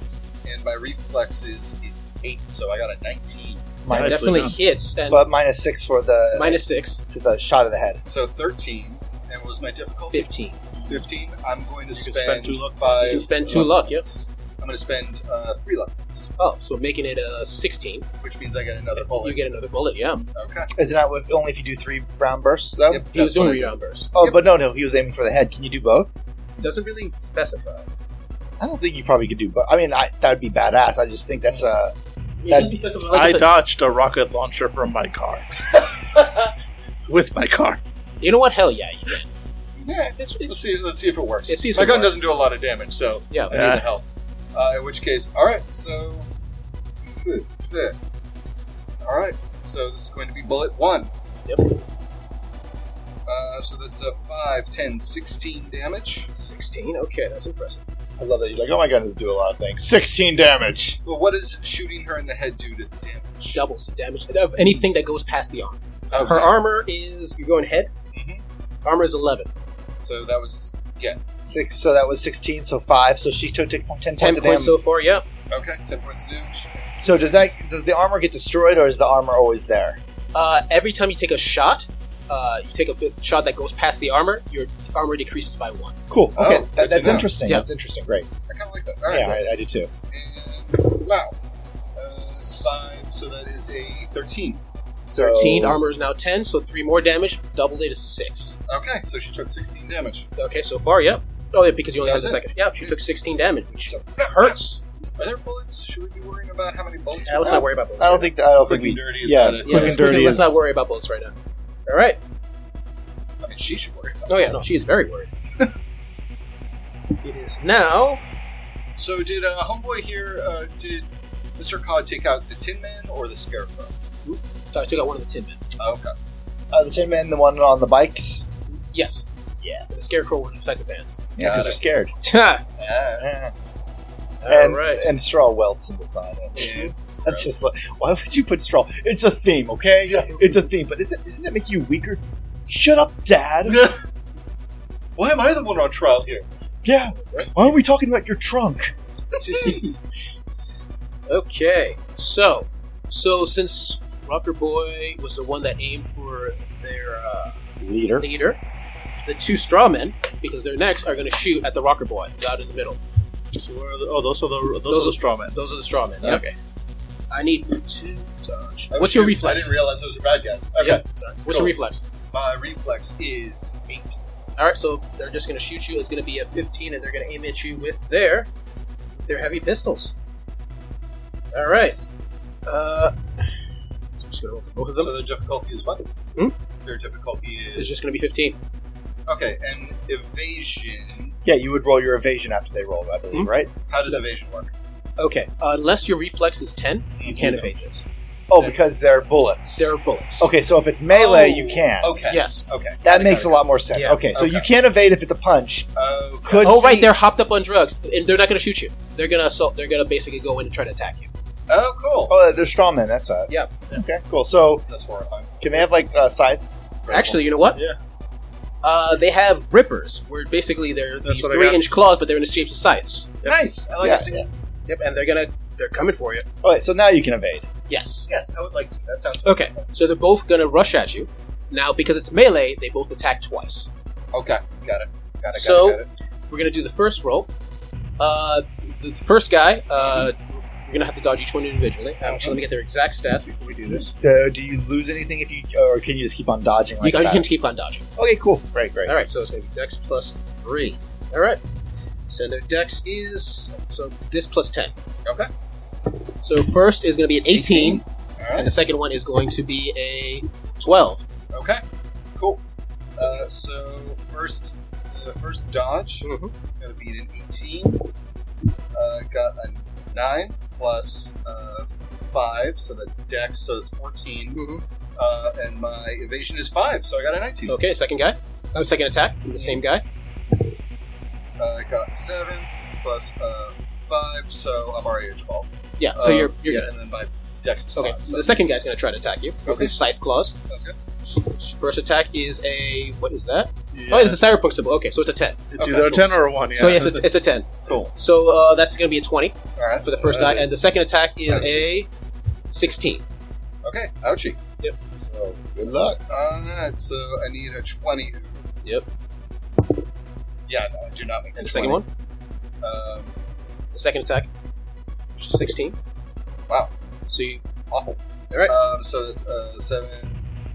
and my reflexes is eight, so I got a nineteen.
That
Minus,
Nice.
definitely
done.
hits. And
but minus six for the
minus six,
to the shot of the head.
So thirteen, and what was my difficulty?
15. You
Fifteen. I'm going to
can
spend,
spend two luck
five.
can spend two luck, yes.
I'm going to spend uh, three luck points,
Oh, so making it a 16.
which means I get another bullet.
You get another bullet, yeah.
okay.
Isn't that what, only if you do three round bursts though?
Yep,
He was
that's
doing
what I-
rebound burst.
Oh, but no, no, he was aiming for the head. Can you do both?
Doesn't really specify.
I don't think you probably could do both. I mean, I, that'd be badass. I just think that's a That-
It doesn't specify, like I
I
said.
dodged a rocket launcher from my car. With my car.
you know what? Hell yeah. You can.
Yeah.
It's,
Let's
it's,
see. Let's see if it works.
Let's see if
my
it
gun
works.
doesn't do a lot of damage, so
yeah.
I need the help. Uh, in which case, all right. So, good, there. All right. So this is going to be bullet one.
Yep.
Uh, so that's a 5, 10, 16 damage.
16. Okay, that's impressive.
I love that. You're like, oh my god, does do a lot of things. Sixteen damage.
Well, what does shooting her in the head do to the damage?
Doubles the damage of anything that goes past the arm.
Okay,
Her armor is. You're going head?
Mhm.
Armor is 11.
So that was yeah.
Six. So that was sixteen. So five. So she took t-
10
ten, points of damage.
points so far, yeah.
Okay, ten points of damage.
so does that? Does the armor get destroyed, or is the armor always there?
Uh, every time you take a shot, uh, you take a fi- shot that goes past the armor, your armor decreases by one.
Cool.
Oh,
Okay,
good
that,
to
that's
know.
interesting.
Yeah.
That's interesting. Great.
I kind of like that. All right.
yeah, I, I do too.
And wow. Uh, five. So that is a thirteen.
So-
13, armor is now 10, so 3 more damage, doubled it is 6.
Okay, so she took sixteen damage.
Okay, so far, yeah. Oh, yeah, because you only had
That's
the
it.
second. Yeah, she took 16 damage, which
So
hurts.
Are there bullets? Should we be worrying about how many bullets?
Yeah, let's not worry about bullets.
I don't think. I don't
Quick and
think we.
dirty.
yeah.
Is about it.
yeah,
Oh. quick
let's-
and dirty
Let's
is-
not worry about bullets right now. All right.
I mean, she should worry about.
Oh, yeah, no, she's very worried. it is now.
it. So did uh, homeboy here? Uh, did Mr. Cod take out the Tin Man or the Scarecrow?
So I took out one of the tin men.
Oh, okay.
Uh, the tin man, the one on the bikes.
Yes. Yeah. The scarecrow was inside the pants.
Yeah,
Got
because
it.
they're scared.
Yeah.
and,
right.
and straw welts in the sign.
It's
That's just like, why would you put straw? It's a theme, okay? It's a theme, but isn't isn't it make you weaker? Shut up, Dad.
Why am I the one on trial here?
yeah. Why aren't we talking about your trunk?
Okay, so so since Rocker Boy was the one that aimed for their uh,
Leader.
leader, the two straw men, because they're next, are going to shoot at the Rocker Boy who's out in the middle.
So where are the, oh, those are the those,
Those
are
are-
the straw men.
Those are the straw men. Okay. I need two dodge.
I
What's your
didn't- I
reflex?
didn't realize those were bad guys. Okay.
Yeah, What's your
Cool.
reflex?
My reflex is eight.
All right, so they're just going to shoot you. It's going to be a 15, and they're going to aim at you with their their heavy pistols. All right. Uh, I'm just going to roll for both of them.
So their difficulty is what?
Hmm?
Their difficulty
It's
is
just going to be 15.
okay. And evasion.
Yeah, you would roll your evasion after they roll, I believe, right?
How does evasion work?
Okay, unless your reflex is 10, you can't
Mhm.
evade this.
Oh, because they're bullets.
There are bullets.
okay, so if it's melee,
Oh,
you can.
Okay.
Yes.
Okay.
That
Got it,
makes a
got it,
lot more sense.
Yeah.
Okay, so
Okay.
you can't evade if it's a punch.
got it. Okay.
Could
oh,
he-
right, they're hopped up on drugs, and they're not going to shoot you. They're going to assault, they're going to basically go in and try to attack you.
Oh, cool.
Oh, they're straw men. That's right.
Yeah.
Okay. Cool. So
That's horrifying.
can they have like uh, sides?
Actually, you know what?
Yeah.
Uh, they have rippers, where basically they're
That's
these
what I
three
got.
inch claws, but they're in the shapes of scythes.
Nice. I like
Yeah,
to see
yeah.
Yep, and they're going to, they're coming for you.
All right. So now you can evade.
Yes.
Yes, I would like to. That sounds
Okay, so they're both going to rush at you. Now, because it's melee, they both attack twice.
Okay, got it. Got it. Got
So-
it, got it.
We're going to do the first roll. Uh, the, the first guy, uh, You're gonna have to dodge each one individually. Um, so let me get their exact stats before we do this.
Uh, do you lose anything if you, or can you just keep on dodging?
You,
Like
can- you
that?
can keep on dodging.
Okay, cool. Great, great.
All right, so it's gonna be Dex plus three. All right. So their Dex is so this plus ten.
Okay.
So first is gonna be an eighteen,
All
and
right.
the second one is going to be a twelve.
Okay. Cool. Uh, so first, the first dodge
Mhm.
gonna be an eighteen. Uh, got a nine plus uh, five, so that's dex, so that's 14
Mhm.
Uh, and my evasion is five, so I got a nineteen.
Okay, second guy. Uh, second attack, from the same guy.
Uh, I got seven plus uh, five, so I'm already at twelve.
Yeah. So
Uh,
you're you're
yeah,
good.
and then my dex is
Okay.
five.
So
So
the second guy's gonna try to attack you with
Okay.
his scythe claws.
sounds good.
First attack is a what is that?
Yeah.
Oh, it's a cyberpunk symbol. Okay, so it's a ten.
it's
Okay,
either a
cool.
10 or a 1. Yeah.
So yes, it's, it's a ten.
Cool.
So uh, that's gonna be a twenty
All right.
for the first die, and the second attack is a sixteen.
Okay. Ouchie.
Yep.
So good luck. All right. So I need a twenty.
Yep.
Yeah. No, I do not make
And
the
the second
20.
one,
Um,
the second attack, which is sixteen.
Wow.
So you,
awful.
All right.
Um, so that's uh, seven.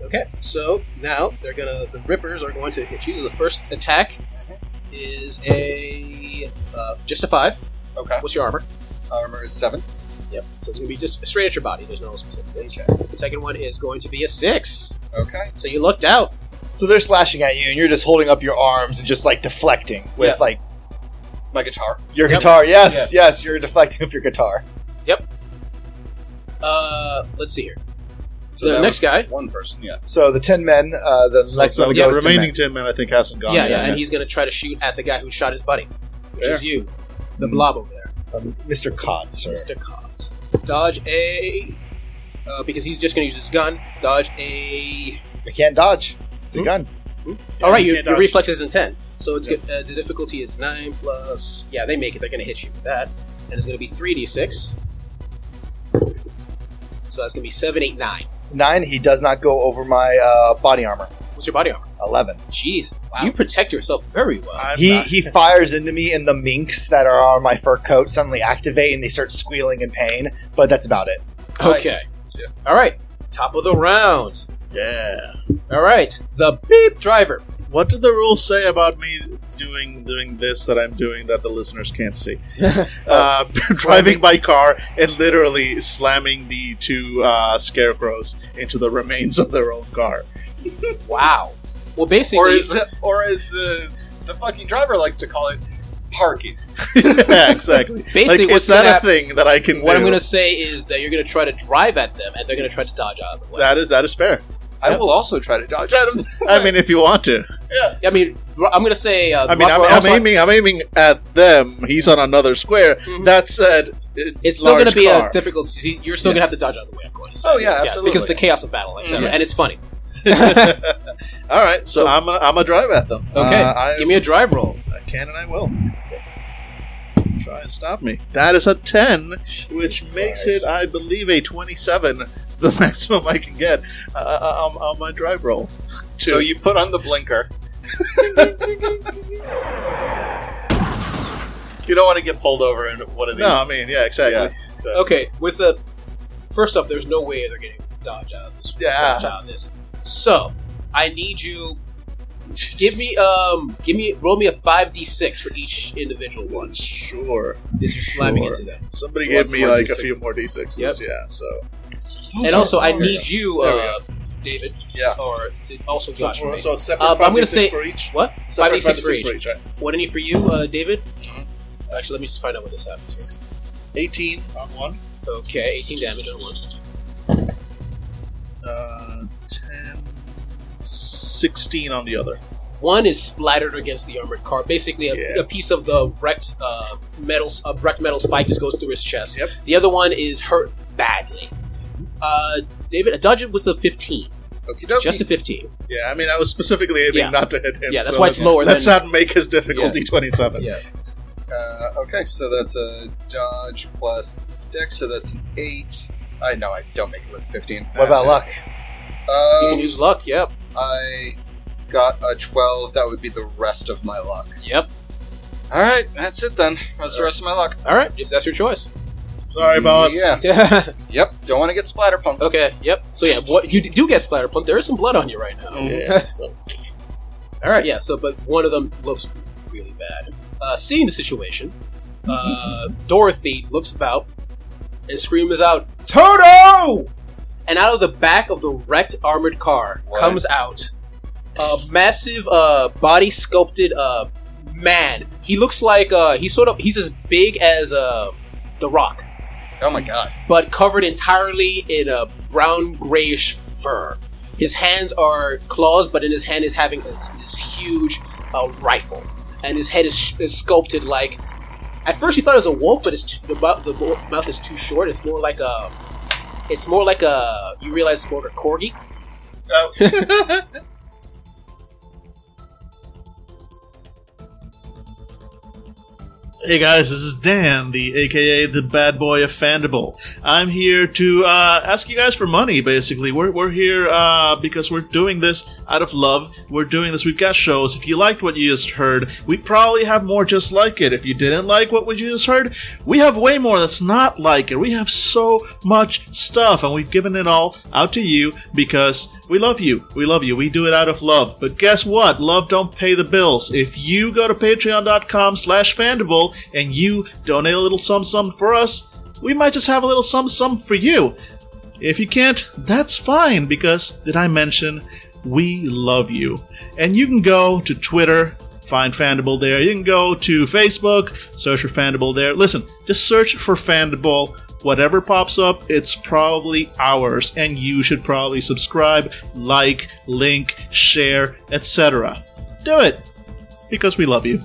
okay? So now they're gonna the rippers are going to hit you. The first attack
Mm-hmm.
is a uh, just a five.
Okay.
What's your armor?
Armor is seven.
Yep. So it's going to be just straight at your body. There's no specific. things.
Okay.
The second one is going to be a six.
Okay.
So you looked out.
So they're slashing at you, and you're just holding up your arms and just like deflecting with
Yeah.
like
My guitar.
your
Yep.
guitar. Yes, yes, you're deflecting with your guitar.
Uh, let's see here. So,
that
the
was
next guy.
One person. Yeah.
So the ten men, uh, the next
So,
one
yeah,
goes to
remaining
men.
10 men, I think, hasn't gone.
yeah, yeah, and he's going to try to shoot at the guy who shot his buddy, which is you, the
Mm-hmm.
Mm.
blob over there,
Um, Mr. Cod, sir.
Mr. Cox. Dodge a. Uh, because he's just going to use his gun. Dodge a.
I can't dodge. It's a
Hmm?
gun.
All right,
you
your,
can't
your
dodge.
reflex isn't ten, so it's good. Uh, the difficulty is nine plus. Yeah, they make it. They're going to hit you with that, and it's going to be three d six. So that's going to be seven, eight, nine.
Nine. He does not go over my uh, body armor.
What's your body armor?
Eleven.
Jeez, you protect yourself very well.
I'm
he
not-
he fires into me, and the minks that are on my fur coat suddenly activate, and they start squealing in pain. But that's about it.
okay. All right. Top of the round.
yeah.
All right. The beep driver.
What did the rules say about me doing doing this that I'm doing that the listeners can't see? uh, driving my car and literally slamming the two uh, scarecrows into the remains of their own car.
Wow. Well, basically,
Or is the, or is the the fucking driver likes to call it parking?
yeah, exactly.
basically
like,
what's
is that
gonna
a
happen-
thing that I can
What
do?
I'm going to say is that you're going to try to drive at them, and they're going to try to dodge out of the way.
That is that is fair.
I will also try to dodge out of the
I mean, if you want to.
I mean, I'm going to say. Uh,
I mean, I'm,
Rockwell-
I'm
also-
aiming. I'm aiming at them. He's on another square.
Mhm.
That said, it-
It's still going to
large
be
car.
a difficult. You're still going to have to dodge out of the way, of course.
Oh, yeah, absolutely.
because it's the chaos of battle, etc.
Mm-hmm.
Mhm.
And it's funny.
All right, so,
So-
I'm a, I'm a drive at them.
Okay,
Uh, I,
give me a drive roll.
I can and I will. Try and stop me. That is a ten, which makes it, I believe, a twenty-seven. The maximum I can get uh, uh, on, on my drive roll.
So you put on the blinker. you don't want to get pulled over in one of these.
No, I mean, yeah, exactly. So-
Okay, with the first off, there's no way they're getting dodge out of this.
Yeah.
dodge out of this. So I need you give me um give me roll me a five d six for each individual one.
Sure.
This you're slamming
Sure.
into them,
Somebody
Who wants
gave me
more
like a
D6s?
few more d6s.
Yep.
Yeah. So
and also I need you,
There we
uh, David,
Yeah.
or to also dodge for me.
so separate.
Uh, but I'm gonna
D6
say-
for each.
What five d
Separate
six
five
for
D6
each?
right?
What I need for you, uh, David? Actually, let me just find out what this happens.
18 on one.
Here. Okay, eighteen damage on one.
Uh, 10, 16 on the other.
One is splattered against the armored car. Basically, a,
Yeah.
a piece of the wrecked uh, metal, a wrecked metal spike just goes through his chest.
Yep.
The other one is hurt badly. Uh, David, dodge it with a fifteen,
Okie dokie.
just a fifteen.
Yeah, I mean, I was specifically aiming
Yeah.
not to hit him.
Yeah, that's
so
why it's
let's-
lower
Let's
than-
not make his difficulty 27.
Yeah.
Uh, okay, so that's a dodge plus dex, so that's an eight. I know I don't make it with fifteen.
What about luck?
You can
Um,
use luck. Yep.
I got a twelve. That would be the rest of my luck.
Yep.
All right, that's it then. That's the rest of my luck.
All right. If that's your choice.
Sorry, boss.
Yeah. Yep. Don't want to get splatter pumped.
Okay. Yep. So yeah, what you do get splatter pumped. There is some blood on you right now.
Mhm.
so, all right. Yeah. So, but one of them looks really bad. Uh, seeing the situation, uh, Dorothy looks about and screams out, "Toto!" And out of the back of the wrecked armored car
What?
comes out a massive, uh, body sculpted uh, man. He looks like uh, he's sort of he's as big as uh, the Rock
Oh my god.
but covered entirely in a brown grayish fur. His hands are claws, but in his hand is having this, this huge uh, rifle, and his head is, is sculpted like. At first, you thought it was a wolf, but it's too, the, mouth, the mo- mouth is too short. It's more like a. It's more like a. You realize it's more like a corgi.
Hey guys, this is Dan, the AKA the bad boy of Fandible. I'm here to uh, ask you guys for money. Basically, we're we're here uh, because we're doing this out of love. We're doing this. We've got shows. If you liked what you just heard, we probably have more just like it. If you didn't like what you just heard, we have way more that's not like it. We have so much stuff, and we've given it all out to you because we love you. We love you. We do it out of love. But guess what? Love don't pay the bills. If you go to patreon.com slash fandible and you donate a little sum sum for us, we might just have a little sum sum for you. If you can't, that's fine because did I mention we love you? And you can go to Twitter, find Fandible there. You can go to Facebook, search for Fandible there. Listen, just search for Fandible. Whatever pops up, it's probably ours, and you should probably subscribe, like, link, share, etc. Do it because we love you.